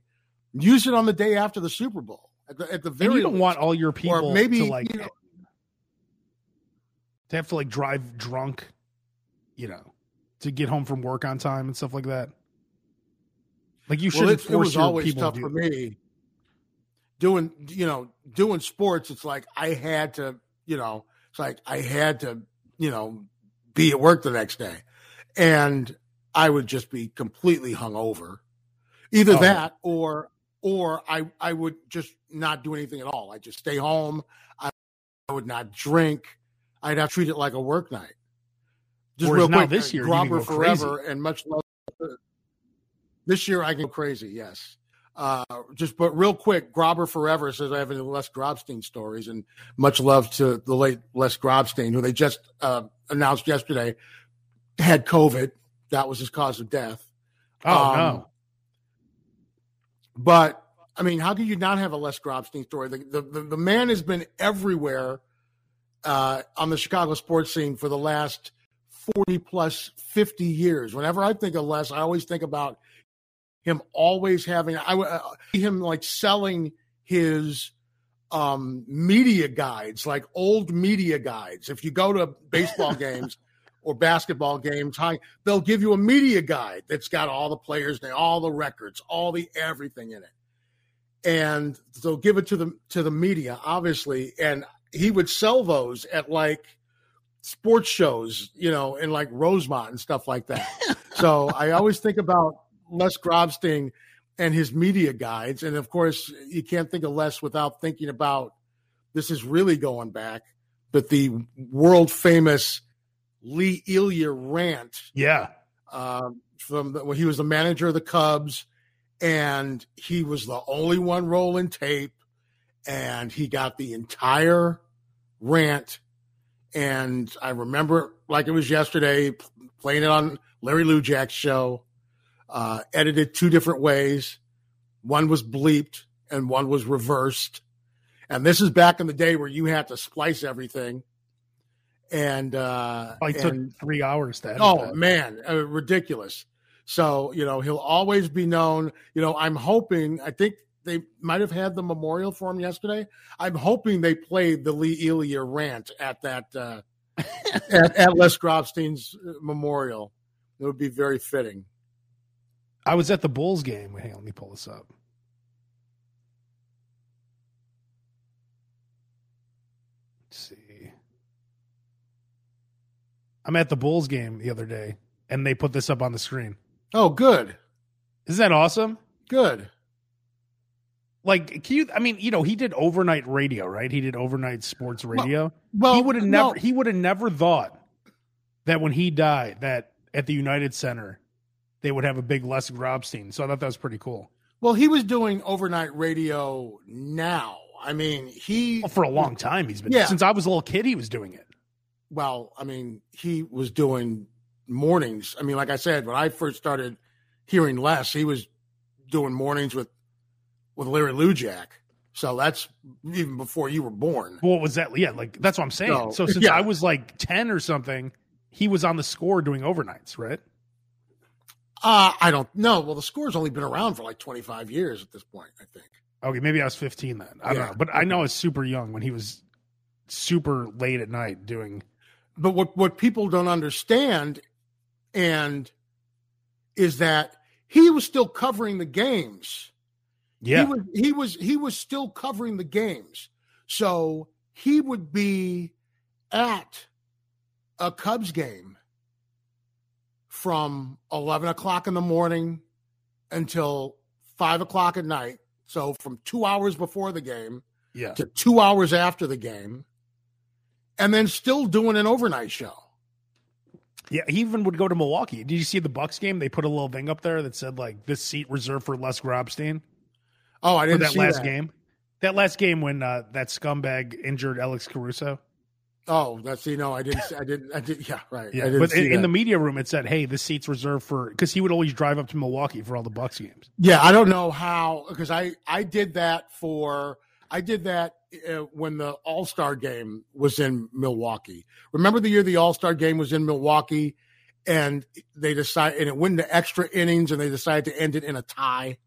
S2: use it on the day after the Super Bowl. At the, at the very
S1: And you don't
S2: least.
S1: want all your people
S2: maybe,
S1: to like
S2: you know-
S1: to have to like drive drunk, you know, to get home from work on time and stuff like that. Like you
S2: well,
S1: shouldn't
S2: it, it
S1: force
S2: was
S1: your
S2: always
S1: people
S2: tough
S1: to do
S2: for me doing you know doing sports. It's like I had to you know it's like I had to you know be at work the next day, and I would just be completely hungover. Either
S1: Oh, yeah.
S2: that or or I I would just not do anything at all. I would just stay home. I, I would not drink. I'd have to treat it like a work night. Just
S1: Whereas
S2: real
S1: now
S2: quick,
S1: this year you can
S2: Grobber
S1: go crazy.
S2: forever and much love. This year I can go crazy. Yes. Uh, just but real quick, Grobber Forever says I have any Les Grobstein stories, and much love to the late Les Grobstein, who they just uh, announced yesterday had COVID. That was his cause of death.
S1: Oh
S2: Um,
S1: no.
S2: But I mean, how could you not have a Les Grobstein story? The the, the, the man has been everywhere uh, on the Chicago sports scene for the last forty plus fifty years. Whenever I think of Les, I always think about him always having. I would uh, see him like selling his um media guides like old media guides if you go to baseball games or basketball games high they'll give you a media guide that's got all the players name, all the records, all the everything in it. And they'll give it to the to the media, obviously. And he would sell those at like sports shows, you know, in like Rosemont and stuff like that. so I always think about Les Grobstein and his media guides. And of course, you can't think of Les without thinking about this is really going back, but the world famous Lee Ilya rant
S1: Yeah.
S2: um, from the, well, he was the manager of the Cubs, and he was the only one rolling tape, and he got the entire rant. And I remember it like it was yesterday, p- playing it on Larry Lujak's show, uh, edited two different ways. One was bleeped and one was reversed. And this is back in the day where you had to splice everything. And uh,
S1: Probably Oh, took
S2: and-
S1: three hours to edit
S2: Oh
S1: that.
S2: man, uh, ridiculous. So you know he'll always be known. You know I'm hoping. I think they might have had the memorial for him yesterday. I'm hoping they played the Lee Elia rant at that uh, at, at Les Grobstein's uh, memorial. It would be very fitting.
S1: I was at the Bulls game. Wait, Hang on, let me pull this up. Let's see. I'm at the Bulls game the other day, and they put this up on the screen.
S2: Oh, good,
S1: Isn't that awesome?
S2: good.
S1: Like, can you? I mean, you know, he did overnight radio, right? He did overnight sports radio.
S2: Well,
S1: he would have
S2: no,
S1: never. He would have never thought that when he died, that at the United Center, they would have a big Les Grobstein. So I thought that was pretty cool
S2: Well, he was doing overnight radio now. I mean, he
S1: well, for a long time. He's been
S2: Yeah.
S1: since I was a little kid. He was doing it.
S2: well, I mean, he was doing mornings. I mean, like I said, when I first started hearing less, he was doing mornings with with Larry Lujak. So that's even before you were born.
S1: What was that? Yeah, like that's what I'm saying.
S2: No.
S1: So since
S2: Yeah.
S1: I was like ten or something, he was on the score doing overnights, right?
S2: Uh, I don't know. Well, the score's only been around for like 25 years at this point, I think.
S1: Okay, maybe I was 15 then. I
S2: Yeah.
S1: don't know, but I know I was super young when he was super late at night doing.
S2: But what, what people don't understand and is that he was still covering the games.
S1: Yeah,
S2: He was he was he was still covering the games. So he would be at a Cubs game from eleven o'clock in the morning until five o'clock at night. So from two hours before the game
S1: yeah,
S2: to two hours after the game, and then still doing an overnight show.
S1: yeah. He even would go to Milwaukee. Did you see the Bucks game? They put a little thing up there that said like this seat reserved for Les Grobstein
S2: Oh, I
S1: for
S2: didn't
S1: that
S2: see
S1: last
S2: that.
S1: game. That last game when uh, that scumbag injured Alex Caruso.
S2: Oh, that's you know, I didn't. see- I didn't. I did. Yeah, right. I
S1: Yeah,
S2: didn't
S1: but in,
S2: see
S1: in
S2: that.
S1: the media room it said, "Hey, this seat's reserved for," because he would always drive up to Milwaukee for all the Bucks games.
S2: Yeah, I don't know how because I I did that for I did that uh, when the All Star game was in Milwaukee. Remember the year the All Star game was in Milwaukee, and they decide and it went into extra innings, and they decided to end it in a tie.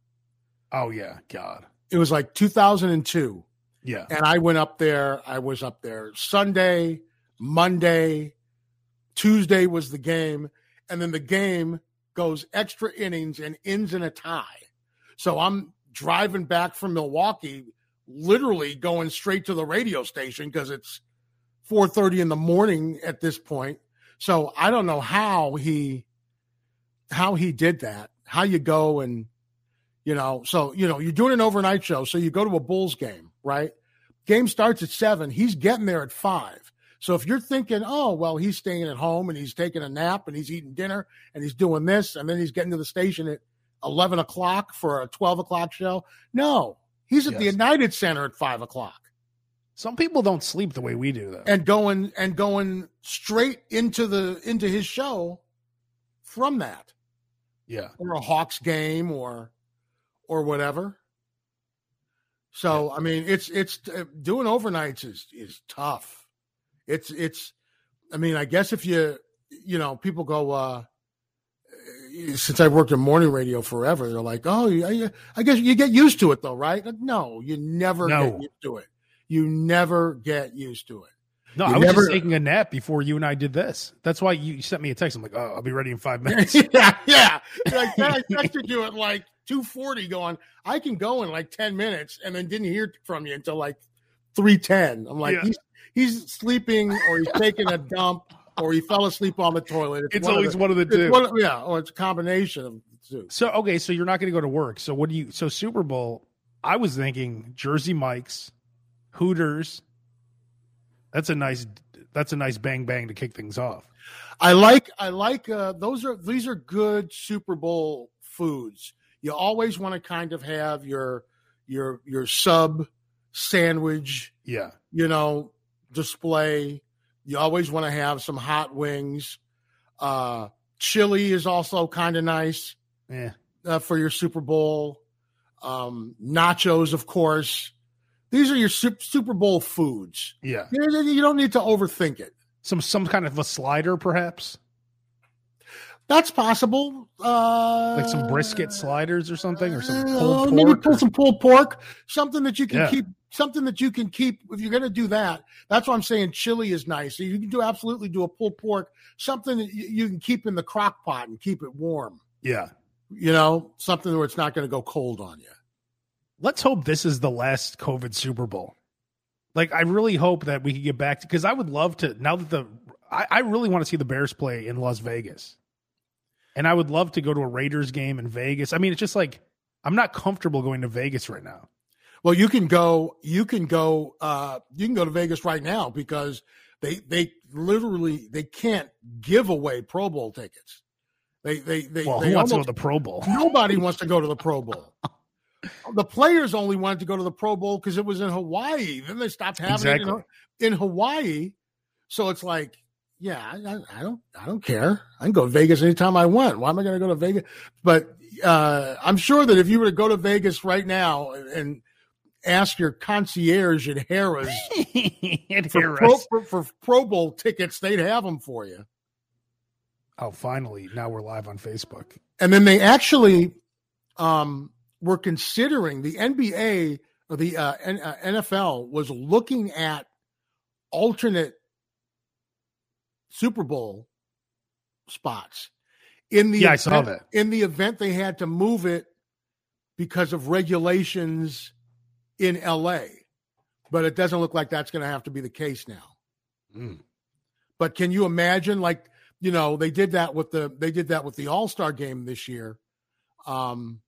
S1: Oh yeah, God,
S2: It was like 2002,
S1: yeah,
S2: and I went up there. I was up there Sunday, Monday, Tuesday was the game, and then the game goes extra innings and ends in a tie. So I'm driving back from Milwaukee, literally going straight to the radio station because it's 4:30 in the morning at this point. So I don't know how he how he did that. How you go and you know, so you know, you're doing an overnight show, so you go to a Bulls game, right? Game starts at 7, he's getting there at 5. So if you're thinking, "Oh, well, he's staying at home and he's taking a nap and he's eating dinner and he's doing this and then he's getting to the station at 11 o'clock for a 12 o'clock show. No, he's at the
S1: Yes.
S2: United Center at 5 o'clock
S1: Some people don't sleep the way we do, though.
S2: and going and going straight into the into his show from that
S1: yeah,
S2: or a Hawks game or or whatever. So I mean, it's it's uh, doing overnights is is tough. It's it's. I mean, I guess if you you know people go. uh eh, since I worked in morning radio forever, they're like, "Oh, yeah, yeah, I guess you get used to it, though, right?" Like, No, you never
S1: No.
S2: get used to it. You never get used to it.
S1: No,
S2: You
S1: I was
S2: never-
S1: just taking a nap before you and I did this. That's why you sent me a text. I'm like, oh, I'll be ready in five minutes.
S2: yeah, yeah. Like then I texted you at like two forty, going, I can go in like ten minutes, and then didn't hear from you until like three ten. I'm like,
S1: Yeah.
S2: he's he's sleeping, or he's taking a dump, or he fell asleep on the toilet.
S1: it's
S2: one of
S1: always
S2: the-
S1: one of the
S2: it's
S1: two.
S2: one of- yeah, or it's a combination of the two.
S1: so okay, so you're not going to go to work. So what do you? So Super Bowl, I was thinking Jersey Mike's, Hooters. That's a nice. That's a nice bang bang to kick things off.
S2: I like I like uh, those are these are good Super Bowl foods. You always want to kind of have your your your sub sandwich.
S1: Yeah,
S2: you know, display. You always want to have some hot wings. Uh, chili is also kind of nice
S1: yeah.
S2: uh, for your Super Bowl. Um, nachos, of course. These are your Sup- Super Bowl foods.
S1: Yeah,
S2: You know, you don't need to overthink it.
S1: some some kind of a slider, perhaps
S2: That's possible. Uh,
S1: like some brisket sliders or something, or some
S2: Uh,
S1: pulled
S2: Maybe
S1: pork.
S2: pull some pulled pork, something that you can
S1: Yeah.
S2: keep. Something that you can keep if you're going to do that. That's why I'm saying chili is nice. You can do absolutely do a pulled pork, something that you, you can keep in the crock pot and keep it warm.
S1: yeah,
S2: You know, something where it's not going to go cold on you.
S1: let's hope this is the last COVID Super Bowl. Like, I really hope that we can get back to because I would love to now that the I, I really want to see the Bears play in Las Vegas. And I would love to go to a Raiders game in Vegas. I mean, it's just like I'm not comfortable going to Vegas right now.
S2: Well, you can go. You can go. Uh, you can go to Vegas right now because they they literally they can't give away Pro Bowl tickets. They they they,
S1: Well,
S2: they
S1: who wants to go
S2: almost-
S1: to the Pro Bowl?
S2: Nobody wants to go to the Pro Bowl. The players only wanted to go to the Pro Bowl because it was in Hawaii. Then they stopped having
S1: Exactly.
S2: it in, in Hawaii. So it's like, yeah, I, I- I don't, I don't care. I can go to Vegas anytime I want. Why am I going to go to Vegas? But uh, I'm sure that if you were to go to Vegas right now and ask your concierge at Harrah's
S1: And
S2: for
S1: hear
S2: pro,
S1: us.
S2: for, for Pro Bowl tickets, they'd have them for you.
S1: Oh, finally! Now we're live on Facebook.
S2: and then they actually um, were considering the NBA or the uh, N- uh, NFL was looking at alternate Super Bowl spots in the
S1: Yeah, I saw
S2: event- in the event they had to move it because of regulations in LA, but it doesn't look like that's going to have to be the case now. Mm. But can you imagine like you know, they did that with the they did that with the All-Star game this year. Um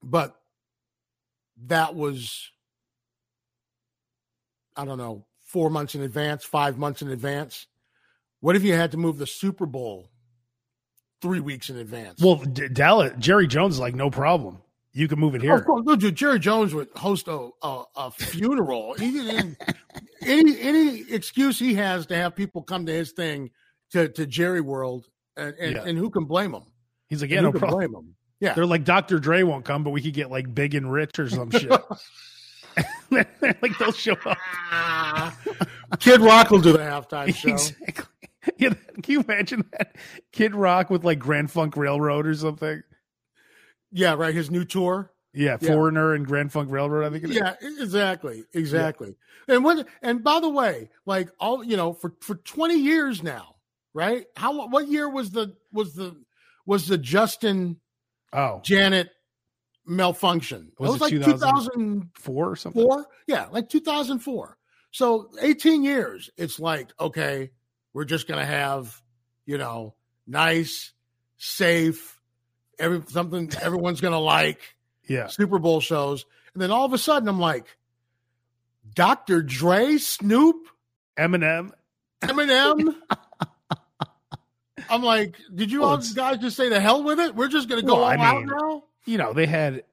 S2: but that was I don't know, 4 months in advance, 5 months in advance. What if you had to move the Super Bowl 3 weeks in advance?
S1: Well, D- Dallas, Jerry Jones is like no problem. You can move it
S2: Oh,
S1: here.
S2: Of course, no, dude, Jerry Jones would host a a, a funeral. He didn't, any any excuse he has to have people come to his thing to to Jerry World, and and,
S1: Yeah.
S2: and who can blame him?
S1: He's like, yeah,
S2: who
S1: no
S2: can
S1: problem.
S2: blame him? Yeah,
S1: They're like, Dr. Dre won't come, but we could get like big and rich or some shit. like they'll show up.
S2: Kid Rock will do the halftime show.
S1: Exactly. Yeah, can you imagine that? Kid Rock with like Grand Funk Railroad or something.
S2: Yeah, right. His new tour.
S1: Yeah,
S2: Yeah.
S1: Foreigner and Grand Funk Railroad. I think. It is.
S2: Yeah, e- exactly, exactly. And when and by the way, like all you know, for for twenty years now, right? How what year was the was the was the Justin?
S1: Oh,
S2: Janet malfunction.
S1: Was
S2: it was
S1: it
S2: like
S1: 2000?
S2: 2004.
S1: four or something.
S2: Yeah, like 2004. So 18 years. It's like, okay, we're just going to have, you know, nice, safe, every something everyone's going to like
S1: Yeah.
S2: Super Bowl shows. And then all of a sudden I'm like, Dr. Dre, Snoop,
S1: Eminem.
S2: Eminem. I'm like, did you
S1: Well,
S2: all
S1: it's-
S2: guys just say the hell with it? We're just going to go
S1: Well,
S2: all
S1: I
S2: out
S1: mean-
S2: now?
S1: You know they had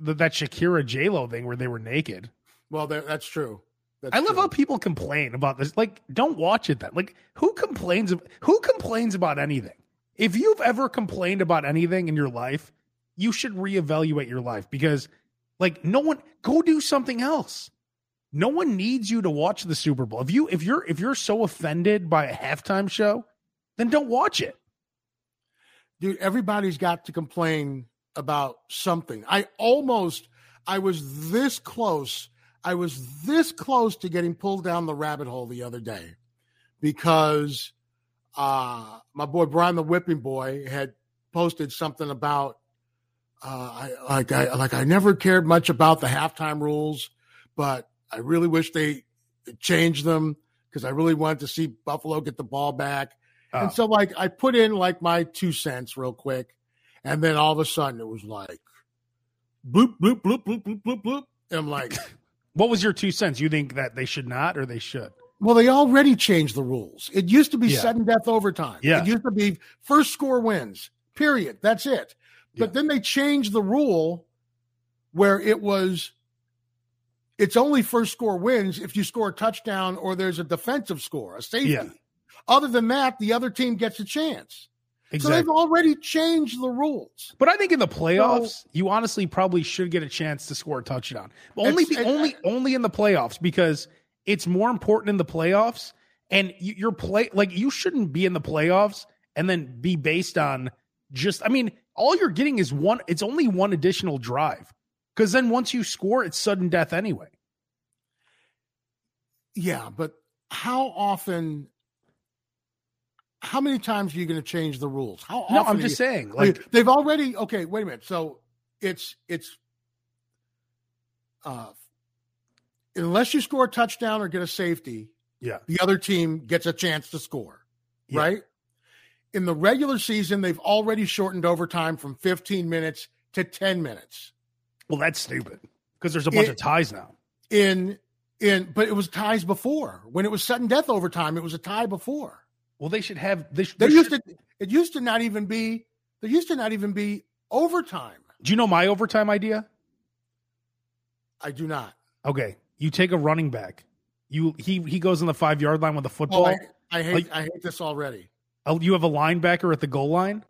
S1: the, that Shakira J Lo thing where they were naked.
S2: Well, that, that's true. That's
S1: I love
S2: true.
S1: how people complain about this. Like, don't watch it. That like, who complains? ab- Who complains about anything? If you've ever complained about anything in your life, you should reevaluate your life because, like, no one go do something else. No one needs you to watch the Super Bowl. If you if you're if you're so offended by a halftime show, then don't watch it.
S2: dude. Everybody's got to complain about something. I almost, I was this close. I was this close to getting pulled down the rabbit hole the other day because uh, my boy Brian the Whipping Boy had posted something about uh, I, like I like I never cared much about the halftime rules, but I really wish they changed them because I really wanted to see Buffalo get the ball back.
S1: Oh.
S2: And so like I put in like my two cents real quick, and then all of a sudden it was like bloop bloop bloop bloop bloop bloop bloop. And I'm like,
S1: What was your two cents? You think that they should not or they should?
S2: well, they already changed the rules. It used to be
S1: Yeah.
S2: sudden death overtime.
S1: Yeah.
S2: It used to be first score wins. Period. That's it. But
S1: Yeah.
S2: then they changed the rule where it was it's only first score wins if you score a touchdown or there's a defensive score, a safety.
S1: Yeah.
S2: Other than that, the other team gets a chance. So they've
S1: Exactly.
S2: already changed the rules.
S1: But I think in the playoffs, you honestly probably should get a chance to score a touchdown. But only
S2: It's-
S1: be,
S2: it-
S1: only only in the playoffs because it's more important in the playoffs. And you, your play like you shouldn't be in the playoffs and then be based on just. I mean, all you're getting is one. It's only one additional drive because then once you score, it's sudden death anyway.
S2: Yeah, but how often? How many times are you going to change the rules? How often?
S1: No, I'm
S2: are
S1: just
S2: you-
S1: saying. Like
S2: they've already. Okay, wait a minute. So it's it's. Uh, unless you score a touchdown or get a safety,
S1: Yeah.
S2: the other team gets a chance to score,
S1: Yeah.
S2: right? In the regular season, they've already shortened overtime from 15 minutes to 10 minutes.
S1: well, that's stupid because there's a bunch
S2: It-
S1: of ties now.
S2: in And but it was ties before when it was sudden death overtime. It was a tie before.
S1: Well, they should have. They, sh-
S2: There
S1: there
S2: used
S1: should-
S2: to it used to not even be there used to not even be overtime.
S1: Do you know my overtime idea?
S2: I do not.
S1: Okay, you take a running back. You he he goes on the five yard line with a
S2: Oh,
S1: football.
S2: I, I hate
S1: Like-
S2: I hate this already.
S1: Uh, You have a linebacker at the goal line,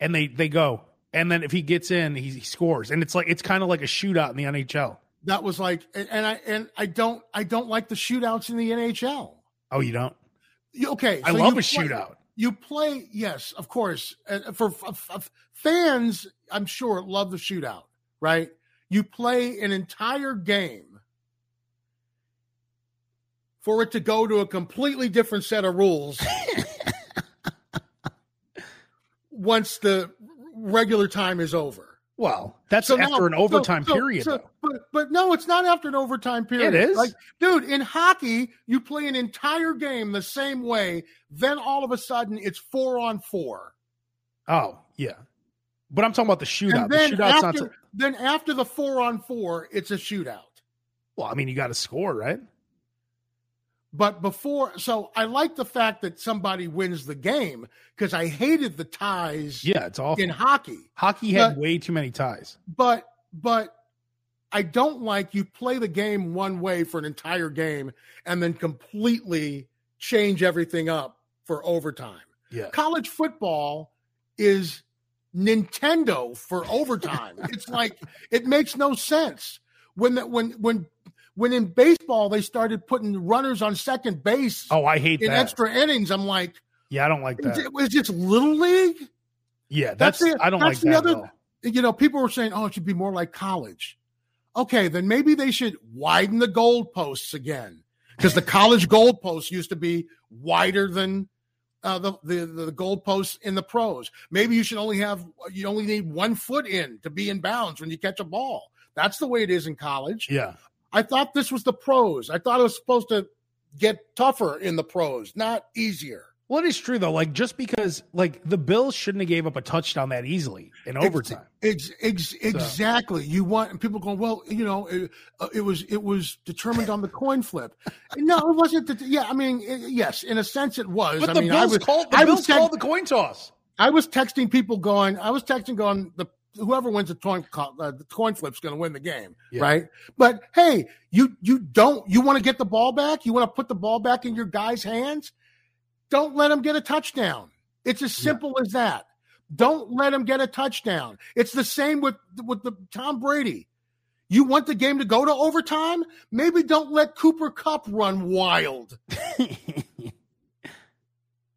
S1: and they they go. And then if he gets in, he, he scores. And it's like it's kind of like a shootout in the NHL.
S2: That was like and, and I and I don't I don't like the shootouts in the NHL.
S1: Oh, you don't?
S2: You, okay,
S1: I
S2: so
S1: love a
S2: you play-
S1: shootout.
S2: you play yes of course Uh, for f- f- fans i'm sure love the shootout right you play an entire game for it to go to a completely different set of rules once the regular time is over
S1: Well, that's
S2: so
S1: after
S2: now-
S1: an overtime
S2: so- so-
S1: period,
S2: so-
S1: though.
S2: But but no, it's not after an overtime period.
S1: It is.
S2: Like, dude, in hockey, you play an entire game the same way. Then all of a sudden, it's four on four.
S1: Oh, yeah. But I'm talking about the shootout.
S2: and then
S1: the shootout's
S2: after,
S1: not. so-
S2: then after the four on four, it's a shootout.
S1: well, I mean, you got to score, right?
S2: But before, so I like the fact that somebody wins the game because I hated the ties
S1: Yeah, it's awful.
S2: in hockey.
S1: Hockey had
S2: but-
S1: way too many ties.
S2: but but I don't like you play the game one way for an entire game and then completely change everything up for overtime.
S1: Yeah.
S2: College football is Nintendo for overtime. it's like it makes no sense when that when when when in baseball they started putting runners on second base
S1: Oh, I hate
S2: in
S1: that.
S2: extra innings. I'm like,
S1: yeah, I don't like
S2: is
S1: that.
S2: it was just little league.
S1: Yeah, that's,
S2: that's the-
S1: I don't like
S2: that's the
S1: that
S2: other-
S1: at all.
S2: you know, people were saying, oh, it should be more like college. Okay, then maybe they should widen the goalposts again because the college goalposts used to be wider than uh, the, the the goalposts in the pros. Maybe you should only have you only need one foot in to be in bounds when you catch a ball. That's the way it is in college.
S1: Yeah.
S2: I thought this was the pros. I thought it was supposed to get tougher in the pros, not easier.
S1: Well, it is true though. Like just because like the Bills shouldn't have gave up a touchdown that easily in
S2: Ex-
S1: overtime.
S2: Ex- ex- exactly. You want and people going, well, you know, it, uh, it was it was determined on the coin flip. No, it wasn't. The, yeah, I mean, i yes, in a sense, it was.
S1: But
S2: I
S1: the
S2: mean, I
S1: Bills
S2: was
S1: called the
S2: I was
S1: Bills
S2: saying-
S1: called the coin toss.
S2: I was texting people going, I was texting going, the whoever wins the coin co- uh, the coin flip's going to win the game,
S1: Yeah.
S2: right? But hey, you you don't you want to get the ball back? You want to put the ball back in your guy's hands? Don't let him get a touchdown. It's as
S1: Yeah.
S2: simple as that. Don't let him get a touchdown. It's the same with with the Tom Brady. You want the game to go to overtime? Maybe don't let Cooper Cup run wild.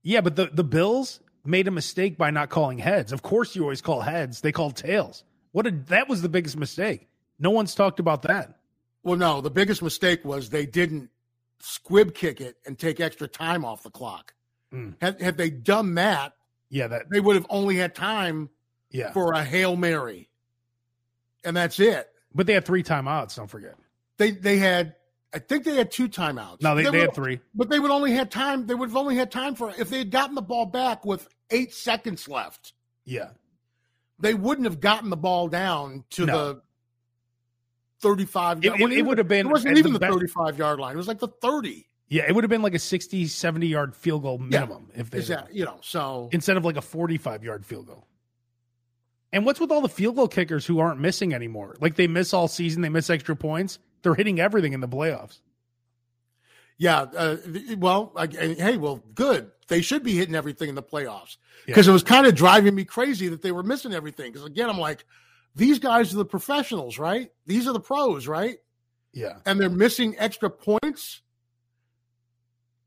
S1: yeah, but the, the Bills made a mistake by not calling heads. Of course you always call heads. They called tails. What a, that was the biggest mistake. No one's talked about that.
S2: Well, no, the biggest mistake was they didn't squib kick it and take extra time off the clock.
S1: Mm.
S2: Had, had they done that,
S1: Yeah, that
S2: they would have only had time
S1: yeah.
S2: for a Hail Mary. And that's it.
S1: But they had three timeouts, don't forget.
S2: They they had I think they had two timeouts.
S1: No, they, they
S2: would-
S1: had three.
S2: But they would only had time they would have only had time for if they had gotten the ball back with 8 seconds left.
S1: Yeah.
S2: They wouldn't have gotten the ball down to
S1: No.
S2: the 35
S1: It, it, it would have
S2: it
S1: been
S2: wasn't
S1: at
S2: even the
S1: best-
S2: 35 yard line. It was like the 30.
S1: Yeah, it would have been like a 60, 70 yard field goal minimum if they
S2: Is
S1: had-
S2: that, you know, so
S1: instead of like a 45 yard field goal. And what's with all the field goal kickers who aren't missing anymore? Like they miss all season, they miss extra points. They're hitting everything in the playoffs.
S2: Yeah. Uh, th- well, I, and hey, well, good. They should be hitting everything in the playoffs because it was kind of driving me crazy that they were missing everything. Because again, I'm like, these guys are the professionals, right? These are the pros, right?
S1: Yeah.
S2: And they're missing extra points.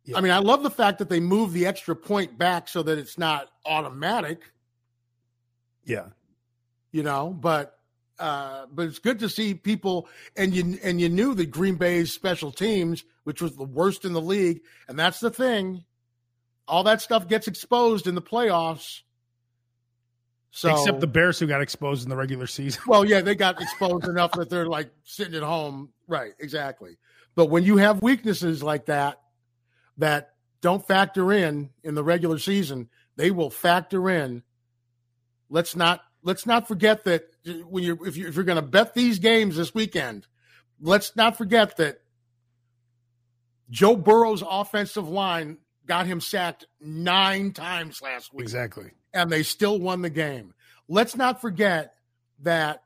S1: Yeah.
S2: I mean, I love the fact that they move the extra point back so that it's not automatic,
S1: Yeah.
S2: you know. But uh, but it's good to see people, and you and you knew that Green Bay's special teams, which was the worst in the league, and that's the thing, all that stuff gets exposed in the playoffs. So
S1: Except the Bears who got exposed in the regular season.
S2: well, yeah, they got exposed enough that they're like sitting at home, right? Exactly. But when you have weaknesses like that that don't factor in in the regular season, they will factor in. Let's not let's not forget that uh, when you're if you if you're going to bet these games this weekend, let's not forget that Joe Burrow's offensive line got him sacked nine times last week,
S1: Exactly.
S2: and they still won the game. Let's not forget that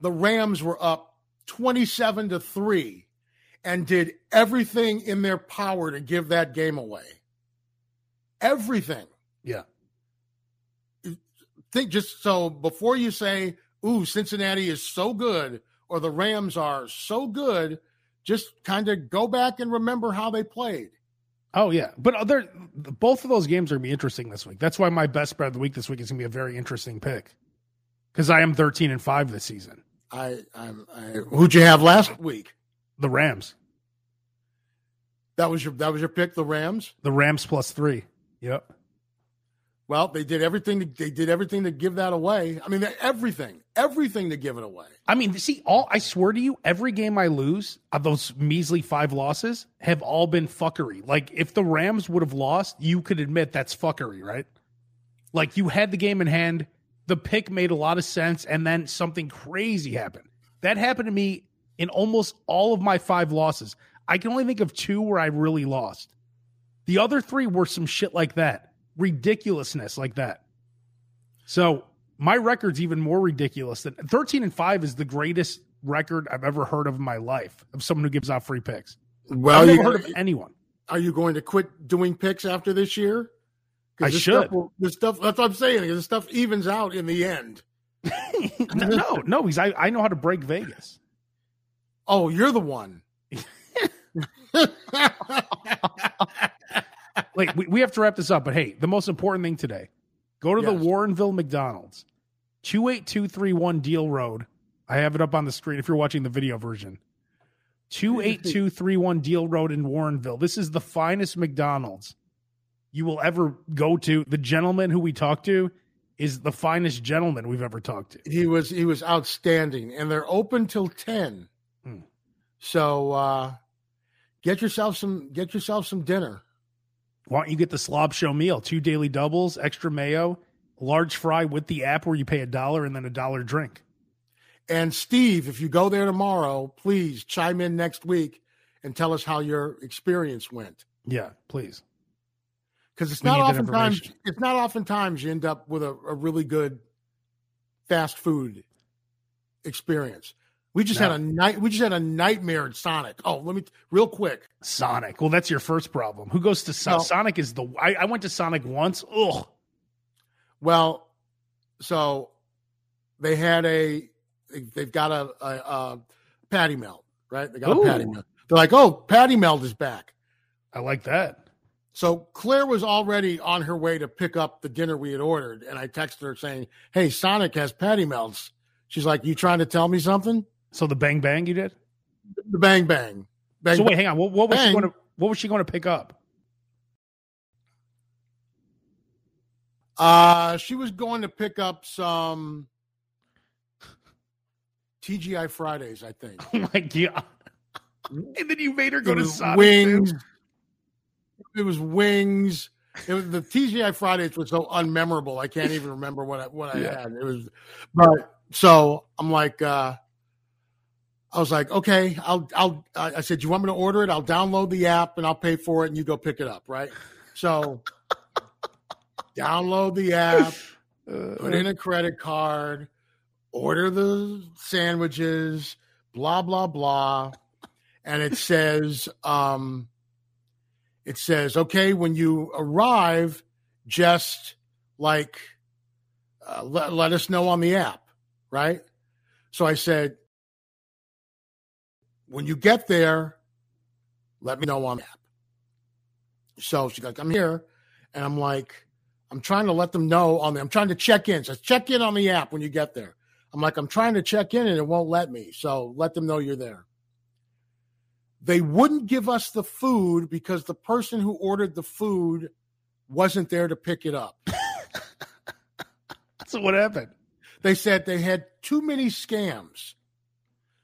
S2: the Rams were up 27 to 3 and did everything in their power to give that game away. Everything.
S1: Yeah.
S2: Think just so before you say, ooh, Cincinnati is so good or the Rams are so good, just kind of go back and remember how they played.
S1: Oh yeah, but other both of those games are gonna be interesting this week. That's why my best spread of the week this week is gonna be a very interesting pick because I am thirteen and five this season.
S2: I, I'm, I, who'd you have last week?
S1: The Rams,
S2: That was your, that was your pick, the Rams.
S1: the Rams plus three. Yep.
S2: Well, they did everything. To, they did everything to give that away. I mean, they- everything, everything to give it away.
S1: I mean, see, all I swear to you, every game I lose, of those measly five losses have all been fuckery. Like, if the Rams would have lost, you could admit that's fuckery, right? Like, you had the game in hand, the pick made a lot of sense, and then something crazy happened. That happened to me in almost all of my five losses. I can only think of two where I really lost. The other three were some shit like that, ridiculousness like that. So my record's even more ridiculous than 13 and 5 is the greatest record I've ever heard of in my life of someone who gives out free picks.
S2: Well,
S1: I've
S2: you
S1: never heard
S2: gotta-
S1: of anyone.
S2: are you going to quit doing picks after this year? 'Cause
S1: I
S2: this
S1: should.
S2: Stuff, will- this stuff. That's what I'm saying. This stuff evens out in the end.
S1: no, no, because I, I know how to break Vegas.
S2: Oh, you're the one.
S1: Like we, we have to wrap this up, but hey, the most important thing today. Go to
S2: Yes.
S1: the Warrenville McDonald's, 28231 Deal Road. I have it up on the screen if you're watching the video version. 28231 Deal Road in Warrenville. This is the finest McDonald's you will ever go to. The gentleman who we talked to is the finest gentleman we've ever talked to.
S2: he was he was outstanding, and they're open till ten.
S1: Hmm.
S2: So uh, get yourself some get yourself some dinner.
S1: Why don't you get the slob show meal? Two daily doubles, extra mayo, large fry with the app where you pay a dollar and then a dollar drink.
S2: And Steve, if you go there tomorrow, please chime in next week and tell us how your experience went.
S1: Yeah, please.
S2: Because it's
S1: We
S2: not
S1: need that
S2: oftentimes
S1: information.
S2: it's not oftentimes you end up with a, a really good fast food experience. We just
S1: No.
S2: had a night we just had a nightmare at Sonic. Oh, let me real quick.
S1: Sonic. Well, that's your first problem. Who goes to Sonic?
S2: No.
S1: Sonic is the. I, I went to Sonic once. Ugh.
S2: Well, so they had a they- they've got a, a, a patty melt, right? They got
S1: Ooh.
S2: a patty melt. They're like, oh, patty melt is back.
S1: I like that.
S2: So Claire was already on her way to pick up the dinner we had ordered, and I texted her saying, "Hey, Sonic has patty melts." She's like, "You trying to tell me something?"
S1: So the bang bang you did.
S2: The bang bang, bang.
S1: so wait,
S2: bang.
S1: hang on. What, what was she
S2: Bang.
S1: going to? What was she going to pick up?
S2: Uh, she was going to pick up some TGI Fridays, I think.
S1: Oh my god! And then you made her go
S2: It
S1: to
S2: was
S1: Sonic.
S2: wings.
S1: too?
S2: It was wings. It was, the TGI Fridays was so unmemorable. I can't even remember what I, what I
S1: Yeah.
S2: had. It was, but so I'm like, uh, I was like, okay, I'll, I'll, I I said, you want me to order it? I'll download the app and I'll pay for it and you go pick it up. Right. So download the app, Uh, put in a credit card, order the sandwiches, blah blah blah, and it says um it says okay when you arrive just like uh, let, let us know on the app, right? So I said when you get there, let me know on the app. So she's like, I'm here. And I'm like, I'm trying to let them know on the, I'm trying to check in. So check in on the app when you get there. I'm like, I'm trying to check in and it won't let me. So let them know you're there. They wouldn't give us the food because the person who ordered the food wasn't there to pick it up.
S1: So what happened?
S2: They said they had too many scams.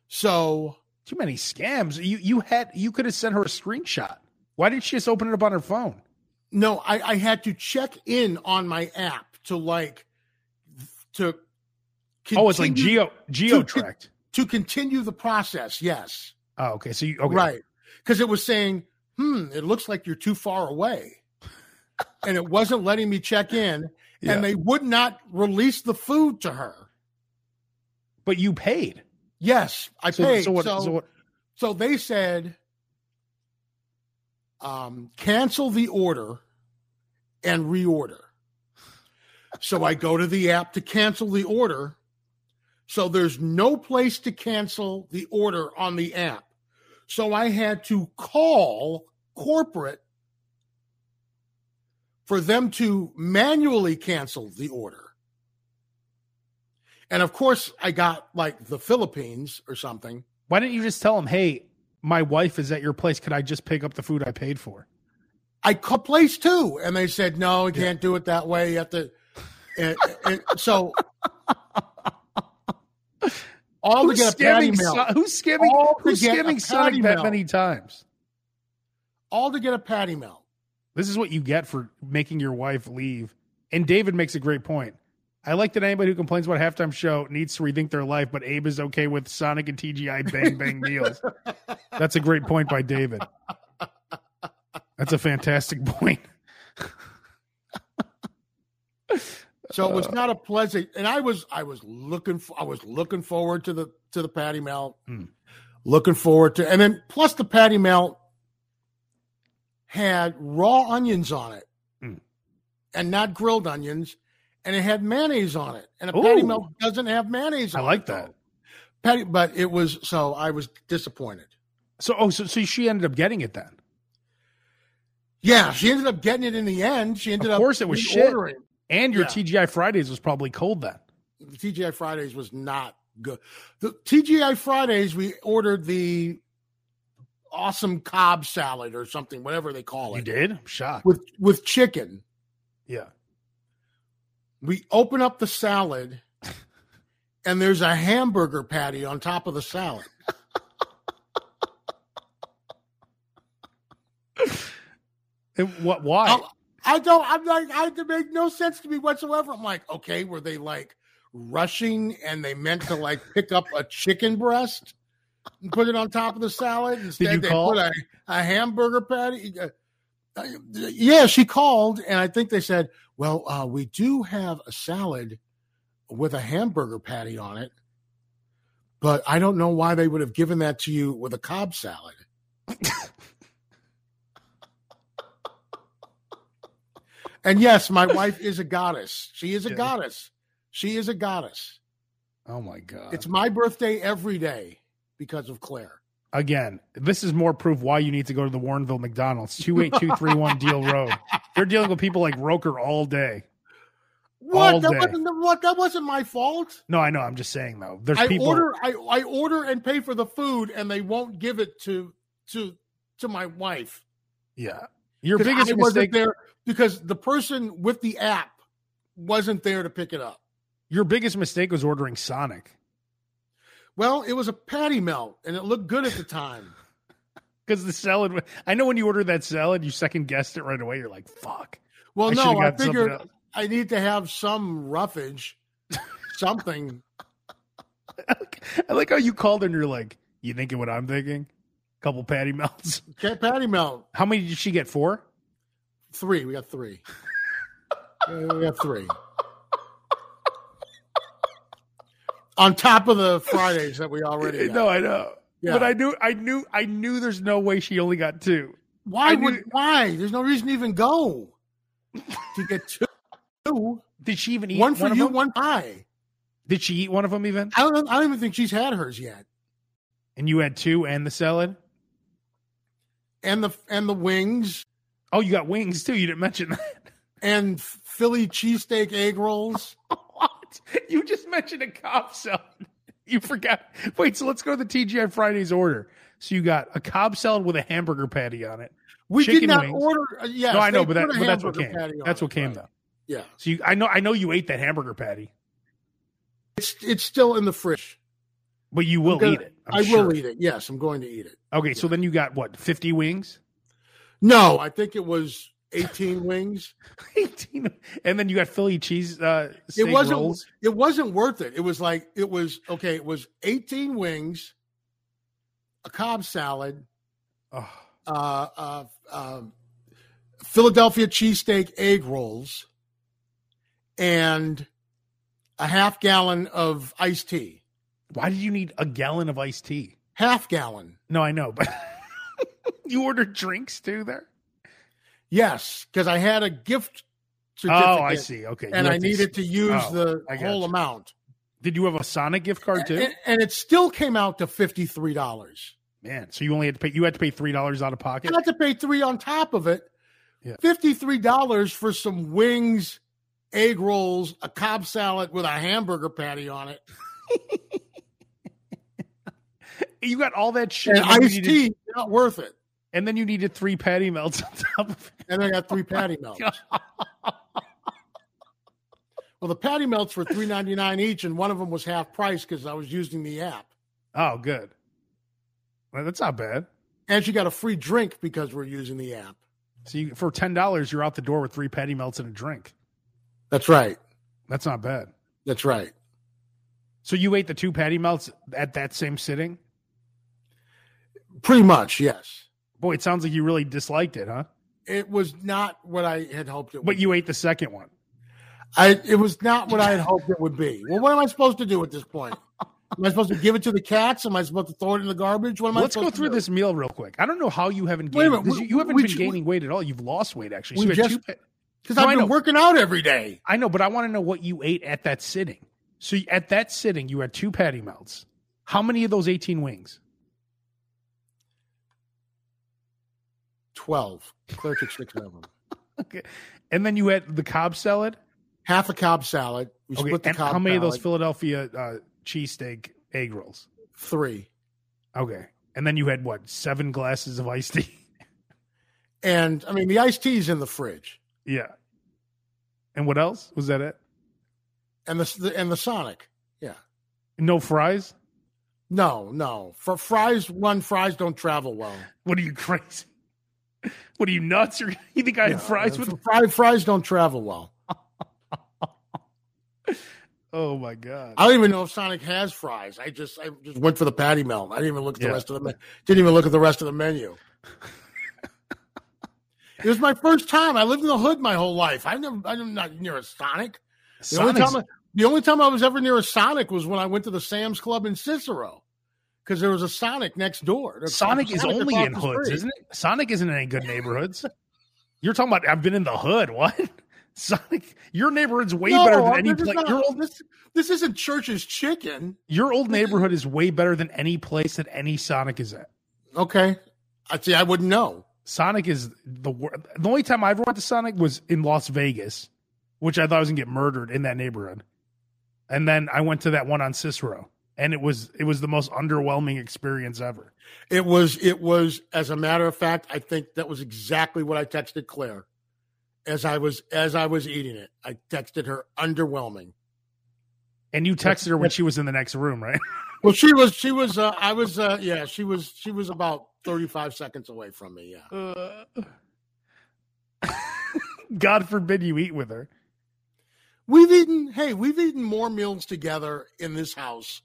S2: So
S1: Too many scams. You you had you could have sent her a screenshot. Why didn't she just open it up on her phone?
S2: No, I, I had to check in on my app to like to
S1: Oh, it's like
S2: continue-
S1: geo geo tracked.
S2: to continue the process. Yes,
S1: Oh, okay. So you okay?
S2: right. because it was saying, hmm, it looks like you're too far away. and it wasn't letting me check in.
S1: Yeah.
S2: And they would not release the food to her.
S1: But you paid.
S2: Yes, I
S1: So,
S2: paid.
S1: so what? So, what?
S2: So they said, um, cancel the order and reorder. So I go to the app to cancel the order. So there's no place to cancel the order on the app. So I had to call corporate for them to manually cancel the order. And of course, I got like the Philippines or something.
S1: Why didn't you just tell him, hey, my wife is at your place. Could I just pick up the food I paid for?
S2: I called place two, and they said no, you can't do it that way. You have to. And, and so all to get a patty
S1: scamming?
S2: melt.
S1: So- who's scamming?
S2: All to
S1: Who's
S2: get a
S1: scamming
S2: patty
S1: Sonic that
S2: melt.
S1: many times?
S2: All to get a patty melt.
S1: This is what you get for making your wife leave. And David makes a great point. I like that anybody who complains about halftime show needs to rethink their life, but Abe is okay with Sonic and TGI bang bang meals. That's a great point by David. That's a fantastic point.
S2: So it was
S1: Uh.
S2: not a pleasant. And I was I was looking for I was looking forward to the to the patty melt,
S1: Hmm.
S2: looking forward to, and then plus the patty melt had raw onions on it,
S1: Hmm.
S2: and not grilled onions, and it had mayonnaise on it, and a patty
S1: Ooh.
S2: melt doesn't have mayonnaise.
S1: I
S2: on
S1: like
S2: it, though.
S1: that.
S2: Patty, but it was so I was disappointed.
S1: So, oh, so, so she ended up getting it then.
S2: Yeah, she ended up getting it in the end. She ended
S1: Of
S2: up
S1: course it was shit.
S2: reordering.
S1: And your
S2: Yeah.
S1: TGI Fridays was probably cold then.
S2: The TGI Fridays was not good. The TGI Fridays we ordered the awesome cob salad or something, whatever they call
S1: You
S2: it,
S1: Oh, did? I'm shocked.
S2: with with chicken.
S1: Yeah.
S2: We open up the salad, and there's a hamburger patty on top of the salad.
S1: And what? Why?
S2: I'll- I don't. I'm like, I it made no sense to me whatsoever. I'm like, okay, were they like rushing and they meant to like pick up a chicken breast and put it on top of the salad? Instead,
S1: you
S2: they
S1: call?
S2: put a, a hamburger patty. Uh, uh, Yeah, she called, and I think they said, "Well, uh, we do have a salad with a hamburger patty on it, but I don't know why they would have given that to you with a cob salad." And yes, my wife is a goddess. She is a
S1: Yeah.
S2: goddess. She is a goddess.
S1: oh my god!
S2: It's my birthday every day because of Claire.
S1: Again, this is more proof why you need to go to the Warrenville McDonald's, two eight two three one Deal Road. You're dealing with people like Roker all day.
S2: What?
S1: All
S2: that
S1: day.
S2: wasn't the, what? That wasn't my fault.
S1: No, I know. I'm just saying though. There's
S2: I
S1: people.
S2: order. I, I order and pay for the food, and they won't give it to to to my wife.
S1: yeah, your
S2: 'Cause
S1: biggest
S2: I wasn't
S1: mistake.
S2: there because the person with the app wasn't there to pick it up.
S1: Your biggest mistake was ordering Sonic.
S2: Well, it was a patty melt, and it looked good at the time.
S1: Because the salad, I know when you order that salad, you second guessed it right away. You're like, "Fuck!"
S2: Well,
S1: I should've
S2: no, I
S1: gotten something
S2: figured
S1: else.
S2: I need to have some roughage, something.
S1: I like how you called and you're like, "You thinking what I'm thinking?" Couple patty melts.
S2: Cat patty melt
S1: How many did she get? Four.
S2: three. We got three. Yeah, we got three. On top of the Fridays that we already got.
S1: No, I know.
S2: Yeah.
S1: But I knew, I knew, I knew. There's no way she only got two.
S2: why
S1: I
S2: would
S1: knew-
S2: why? There's no reason to even go to get two. two.
S1: Did she even eat
S2: One for
S1: of
S2: you,
S1: them?
S2: one I.
S1: Did she eat one of them even?
S2: I don't. I don't even think she's had hers yet.
S1: And you had two and the salad.
S2: And the and the wings
S1: Oh, you got wings too. You didn't mention that.
S2: and Philly cheesesteak egg rolls.
S1: What? You just mentioned a cob salad. You forgot. Wait, so let's go to the TGI Fridays order. So you got a cob salad with a hamburger patty on it.
S2: We did
S1: Chicken
S2: not
S1: wings.
S2: order. Uh, yes,
S1: no, I know, but,
S2: they
S1: that,
S2: put a
S1: but that's what
S2: hamburger
S1: came.
S2: patty on
S1: That's
S2: it,
S1: what came
S2: right.
S1: though.
S2: Yeah,
S1: So you, I know, I know you ate that hamburger patty,
S2: it's it's still in the fridge.
S1: but you will
S2: gonna-
S1: eat it.
S2: i
S1: I'm sure.
S2: will eat it. Yes, I'm going to eat it.
S1: Okay, so then you got what? Fifty wings.
S2: No, I think it was 18 wings.
S1: 18 and then you got philly cheese uh
S2: It
S1: steak
S2: wasn't
S1: rolls
S2: it wasn't worth it. It was like it was okay, it was 18 wings, a cob salad,
S1: Oh,
S2: uh, uh, um Philadelphia cheesesteak egg rolls, and a half gallon of iced tea.
S1: why did you need a gallon of iced tea?
S2: Half gallon.
S1: No, I know, but you ordered drinks too there.
S2: Yes, because I had a gift certificate.
S1: Oh, I see. Okay,
S2: And
S1: you
S2: I
S1: have to-
S2: needed to use
S1: Oh,
S2: the
S1: I got
S2: whole
S1: you.
S2: amount.
S1: Did you have a Sonic gift card too?
S2: And, and it still came out to $53.
S1: Man, so you only had to pay. You had to pay three dollars out of pocket.
S2: I had to pay three on top of it.
S1: Yeah.
S2: $53 for some wings, egg rolls, a cob salad with a hamburger patty on it,
S1: You got all that shit,
S2: and
S1: then you
S2: iced
S1: needed-
S2: tea. Not worth it.
S1: and then you needed three patty melts on top of it.
S2: And I got
S1: Oh
S2: three patty melts. Well, the patty melts were three ninety nine each, and one of them was half price because I was using the app.
S1: Oh, good. Well, that's not bad.
S2: And she got a free drink because we're using the app.
S1: So you, for ten dollars, you're out the door with three patty melts and a drink.
S2: That's right.
S1: That's not bad.
S2: That's right.
S1: So you ate the two patty melts at that same sitting.
S2: Pretty much, yes.
S1: Boy, it sounds like you really disliked it, huh?
S2: It was not what I had hoped it would.
S1: But you ate the second one.
S2: I it was not what I had hoped it would be. Well, what am I supposed to do at this point? Am I supposed to give it to the cats? Am I supposed to throw it in the garbage? What am I
S1: Let's
S2: supposed
S1: go
S2: to
S1: through
S2: do?
S1: this meal real quick. I don't know how you haven't
S2: Wait a
S1: gained.
S2: minute, we-
S1: you haven't
S2: we
S1: been
S2: ju-
S1: gaining weight at all. You've lost weight actually. So
S2: we
S1: you had two
S2: just-
S1: pa-
S2: because
S1: No,
S2: I've
S1: I
S2: been
S1: know.
S2: working out every day.
S1: I know, but I want to know what you ate at that sitting. So you- at that sitting, you had two patty melts. How many of those 18 wings?
S2: Twelve. Claire took six of them.
S1: And then you had the Cobb salad.
S2: Half a cob salad. We
S1: Okay,
S2: split the
S1: and
S2: cob
S1: how many of those
S2: salad.
S1: Philadelphia uh, cheesesteak egg rolls?
S2: Three.
S1: Okay. And then you had what? Seven glasses of iced tea?
S2: And I mean, the iced tea's in the fridge,
S1: yeah. And what else? Was that it?
S2: and the, the and the Sonic.
S1: No fries?
S2: No, no. For fries, one fries don't travel well.
S1: What are you crazy? What are you nuts? Or you think I had
S2: No,
S1: fries
S2: uh,
S1: with?
S2: fried fries don't travel well.
S1: Oh my god!
S2: I don't even know if Sonic has fries. I just I just went for the patty melt. I didn't even look at the
S1: Yeah.
S2: rest of the me- didn't even look at the rest of the menu. it was my first time. I lived in the hood my whole life. I never I'm not near a Sonic. The only,
S1: Sonic's-
S2: time I, the only time I was ever near a Sonic was when I went to the Sam's Club in Cicero because there was a Sonic next door. There was a
S1: Sonic is only
S2: across
S1: in
S2: the
S1: hoods,
S2: street.
S1: isn't it? Sonic isn't in any good neighborhoods. You're talking about I've been in the hood. What? Sonic, your neighborhood's way
S2: No,
S1: better than
S2: I'm-
S1: any
S2: this is
S1: place.
S2: not-
S1: Your old,
S2: this, this isn't Church's Chicken.
S1: your old neighborhood is way better than any place that any Sonic is at.
S2: Okay. I see. I wouldn't know.
S1: Sonic is the wor- the only time I ever went to Sonic was in Las Vegas, which I thought I was gonna get murdered in that neighborhood, and then I went to that one on Cicero, and it was it was the most underwhelming experience ever.
S2: It was. It was. As a matter of fact, I think that was exactly what I texted Claire as I was as I was eating it. I texted her underwhelming.
S1: And you texted her when she was in the next room, right?
S2: Well, she was. She was. Uh, I was. Uh, yeah. She was. She was about thirty five seconds away from me. Yeah.
S1: God forbid you eat with her.
S2: We've eaten. Hey, we've eaten more meals together in this house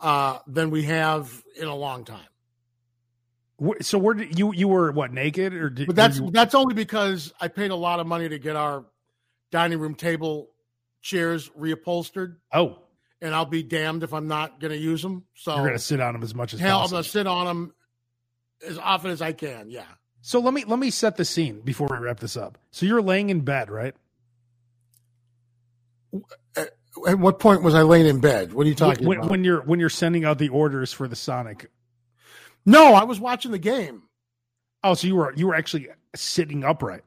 S2: uh, than we have in a long time.
S1: Wh- So where did you you were what naked or did
S2: But that's
S1: were you-
S2: that's only because I paid a lot of money to get our dining room table chairs reupholstered,
S1: oh
S2: and I'll be damned if I'm not going to use them. So
S1: you're gonna sit on him as much as
S2: Oh. hell, I'm
S1: possible.
S2: going to sit on them as often as I can. Yeah,
S1: So let me let me set the scene before we wrap this up. So you're laying in bed, right?
S2: At what point was I laying in bed? What are you talking
S1: when,
S2: about?
S1: when you're when you're sending out the orders for the Sonic.
S2: no, I was watching the game.
S1: Oh, so you were you were actually sitting upright.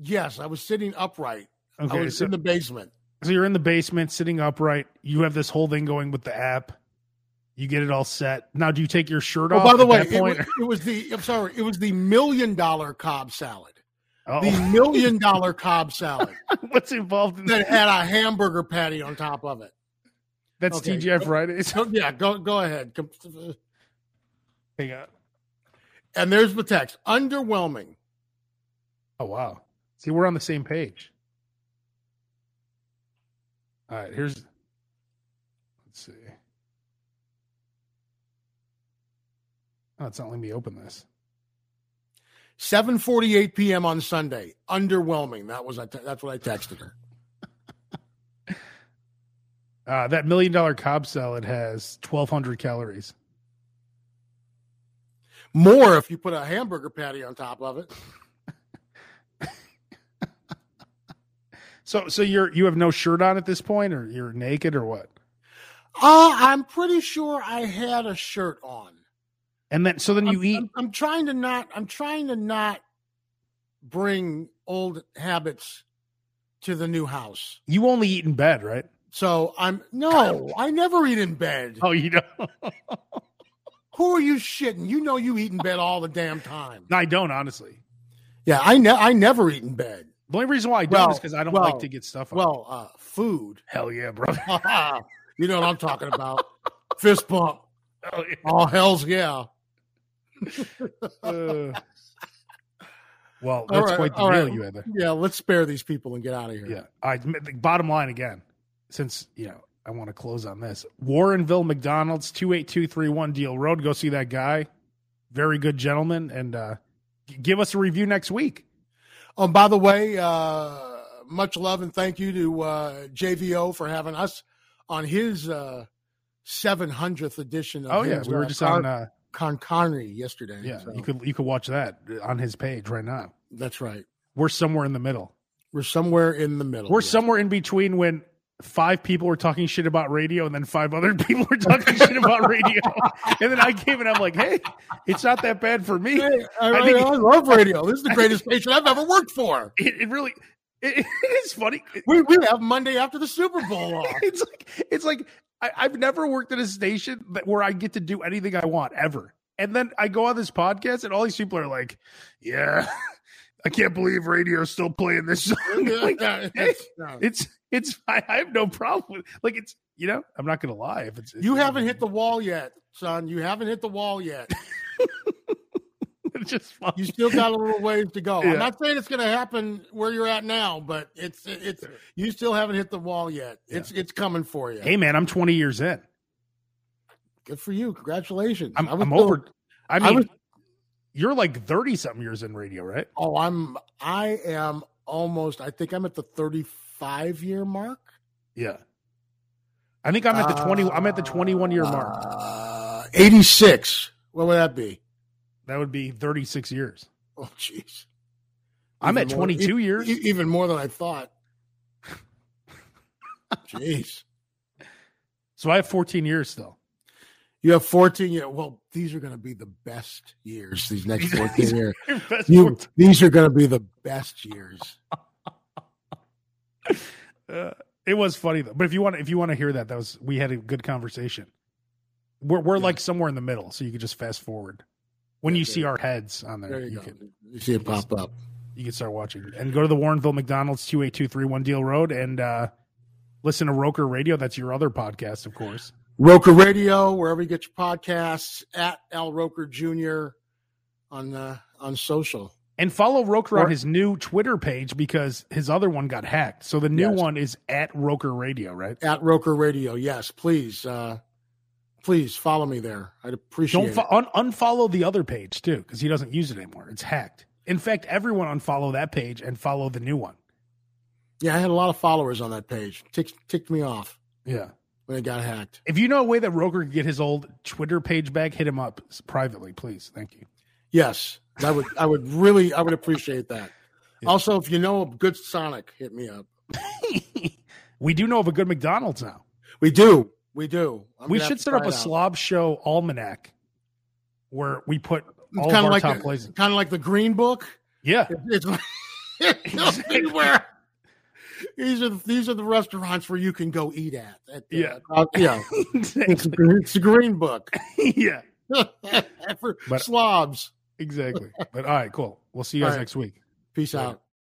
S2: Yes, I was sitting upright. I
S1: Okay,
S2: was
S1: so,
S2: in the basement.
S1: so you're in the basement sitting upright. You have this whole thing going with the app. You get it all set. Now, do you take your shirt
S2: Oh,
S1: off?
S2: by the
S1: at
S2: way,
S1: that
S2: it was,
S1: point?
S2: it was the I'm sorry, it was the million dollar Cobb salad. The
S1: Oh,
S2: million dollar Cobb salad
S1: what's involved in that?
S2: that had a hamburger patty on top of it.
S1: That's
S2: okay.
S1: TGI Fridays.
S2: Go- yeah, go go ahead. Com-
S1: Hang on.
S2: And there's the text. Underwhelming.
S1: Oh wow. See, we're on the same page. All right, here's let's see. Oh, it's not letting me open this.
S2: 7:48 p.m. on Sunday. Underwhelming. That was I te- that's what I texted her.
S1: Uh, that million dollar cob salad has 1,200 calories.
S2: More if you put a hamburger patty on top of it.
S1: So, so you're you have no shirt on at this point, or you're naked, or what?
S2: Uh, I'm pretty sure I had a shirt on.
S1: And then, so then you
S2: I'm,
S1: eat.
S2: I'm, I'm trying to not. I'm trying to not bring old habits to the new house.
S1: you only eat in bed, right?
S2: So I'm no. I never eat in bed.
S1: Oh, you don't.
S2: Who are you shitting? You know you eat in bed all the damn time.
S1: No, I don't. Honestly,
S2: Yeah, I ne- I never eat in bed.
S1: the only reason why I don't
S2: Well,
S1: is because I don't
S2: well,
S1: like to get stuff. On.
S2: Well, uh, food.
S1: hell yeah, bro.
S2: you know what I'm talking about. Fist bump.
S1: Hell yeah.
S2: All hell's yeah.
S1: Uh, well,
S2: All
S1: that's
S2: right,
S1: quite the
S2: all
S1: meal
S2: right.
S1: you had there.
S2: Yeah, let's spare these people and get out of here.
S1: Yeah. I the bottom line again, since you know I want to close on this. Warrenville McDonald's two eight two three one Deal Road. Go see that guy. Very good gentleman, and uh, g- give us a review next week.
S2: Oh, and by the way, uh, much love and thank you to uh, JVO for having us on his uh, 700th edition. Of
S1: Oh yeah,
S2: his,
S1: we were
S2: uh,
S1: just
S2: Con-
S1: on. Uh,
S2: Con Connery yesterday.
S1: yeah,
S2: so
S1: you could you could watch that on his page right now.
S2: that's right.
S1: We're somewhere in the middle.
S2: We're somewhere in the middle.
S1: We're
S2: Yeah.
S1: somewhere in between when five people were talking shit about radio and then five other people were talking shit about radio, and then I came and I'm like, hey, it's not that bad for me.
S2: Hey, I,
S1: I
S2: I-
S1: think-
S2: I love radio. This is the greatest station I've ever worked for.
S1: It, it really, it- it is funny.
S2: We, we have Monday after the Super Bowl off.
S1: it's like it's like I, I've never worked at a station that, where I get to do anything I want ever. And then I go on this podcast, and all these people are like, "Yeah, I can't believe radio's still playing this song." Like,
S2: uh,
S1: it's it's I, I have no problem with like it's you know I'm not gonna lie if it's
S2: you haven't hit the wall yet, son. You haven't hit the wall yet.
S1: it's just fun.
S2: You still got a little ways to go.
S1: Yeah.
S2: I'm not saying it's going to happen where you're at now, but it's it's you still haven't hit the wall yet. It's it's coming for you.
S1: hey man I'm 20 years in
S2: Good for you. Congratulations.
S1: I'm
S2: I was
S1: I'm
S2: still-
S1: over I
S2: I
S1: mean
S2: was-
S1: you're like 30 something years in radio right
S2: Oh, I'm I am almost. I think I'm at the 35 year mark.
S1: yeah I think I'm at the 20 I'm at the 21 year mark
S2: Uh, 86. What would that be?
S1: that would be 36 years.
S2: Oh, jeez.
S1: I'm
S2: Even
S1: at
S2: more-
S1: 22
S2: e-
S1: years.
S2: e- even more than I thought. Jeez.
S1: So I have 14 years still.
S2: You have 14 years. Well, these are going to be the best years, these next 14 years.
S1: That's
S2: You,
S1: 14.
S2: these are going to be the best years.
S1: Uh, it was funny though. But if you want, if you want to hear that, that was we had a good conversation. We're we're
S2: Yeah.
S1: like somewhere in the middle, so you could just fast forward. When
S2: Yeah,
S1: you
S2: there
S1: see
S2: you
S1: our heads on there,
S2: There
S1: you,
S2: you go.
S1: can
S2: You see it pop up.
S1: you can start watching and go to the Warrenville McDonald's two eight two three one Deal Road and uh, listen to Roker Radio. That's your other podcast, of course.
S2: Roker Radio, wherever you get your podcasts, at Al Roker Jr. on uh, on social.
S1: And follow Roker
S2: Or-
S1: on his new Twitter page because his other one got hacked. So the new
S2: Yes.
S1: one is at Roker Radio, right?
S2: At Roker Radio, yes, please, uh, please follow me there. I'd appreciate
S1: Don't
S2: it.
S1: fo- un- unfollow the other page too, because he doesn't use it anymore. It's hacked. In fact, everyone unfollow that page and follow the new one.
S2: Yeah, I had a lot of followers on that page. Ticked, ticked me off
S1: Yeah.
S2: when it got hacked.
S1: If you know a way that Roker could get his old Twitter page back, hit him up s- privately, please. Thank you.
S2: Yes, that would I would really I would appreciate that.
S1: Yeah.
S2: Also, if you know a good Sonic, hit me up.
S1: we do know of a good McDonald's now.
S2: We do, we do. I'm
S1: we
S2: gonna have
S1: should
S2: to
S1: set up
S2: try
S1: a
S2: it out.
S1: slob show almanac where we put all
S2: It's
S1: of
S2: kind
S1: our
S2: of like
S1: top
S2: the,
S1: places.
S2: kind of like the Green Book.
S1: Yeah.
S2: It's like anywhere. These are these are the restaurants where you can go eat at. at the-
S1: Yeah.
S2: uh, yeah. It's, it's the Green Book
S1: yeah.
S2: for
S1: But-
S2: slobs.
S1: Exactly. But all right, cool. We'll see you
S2: All
S1: guys
S2: right.
S1: next week.
S2: Peace
S1: Later.
S2: out.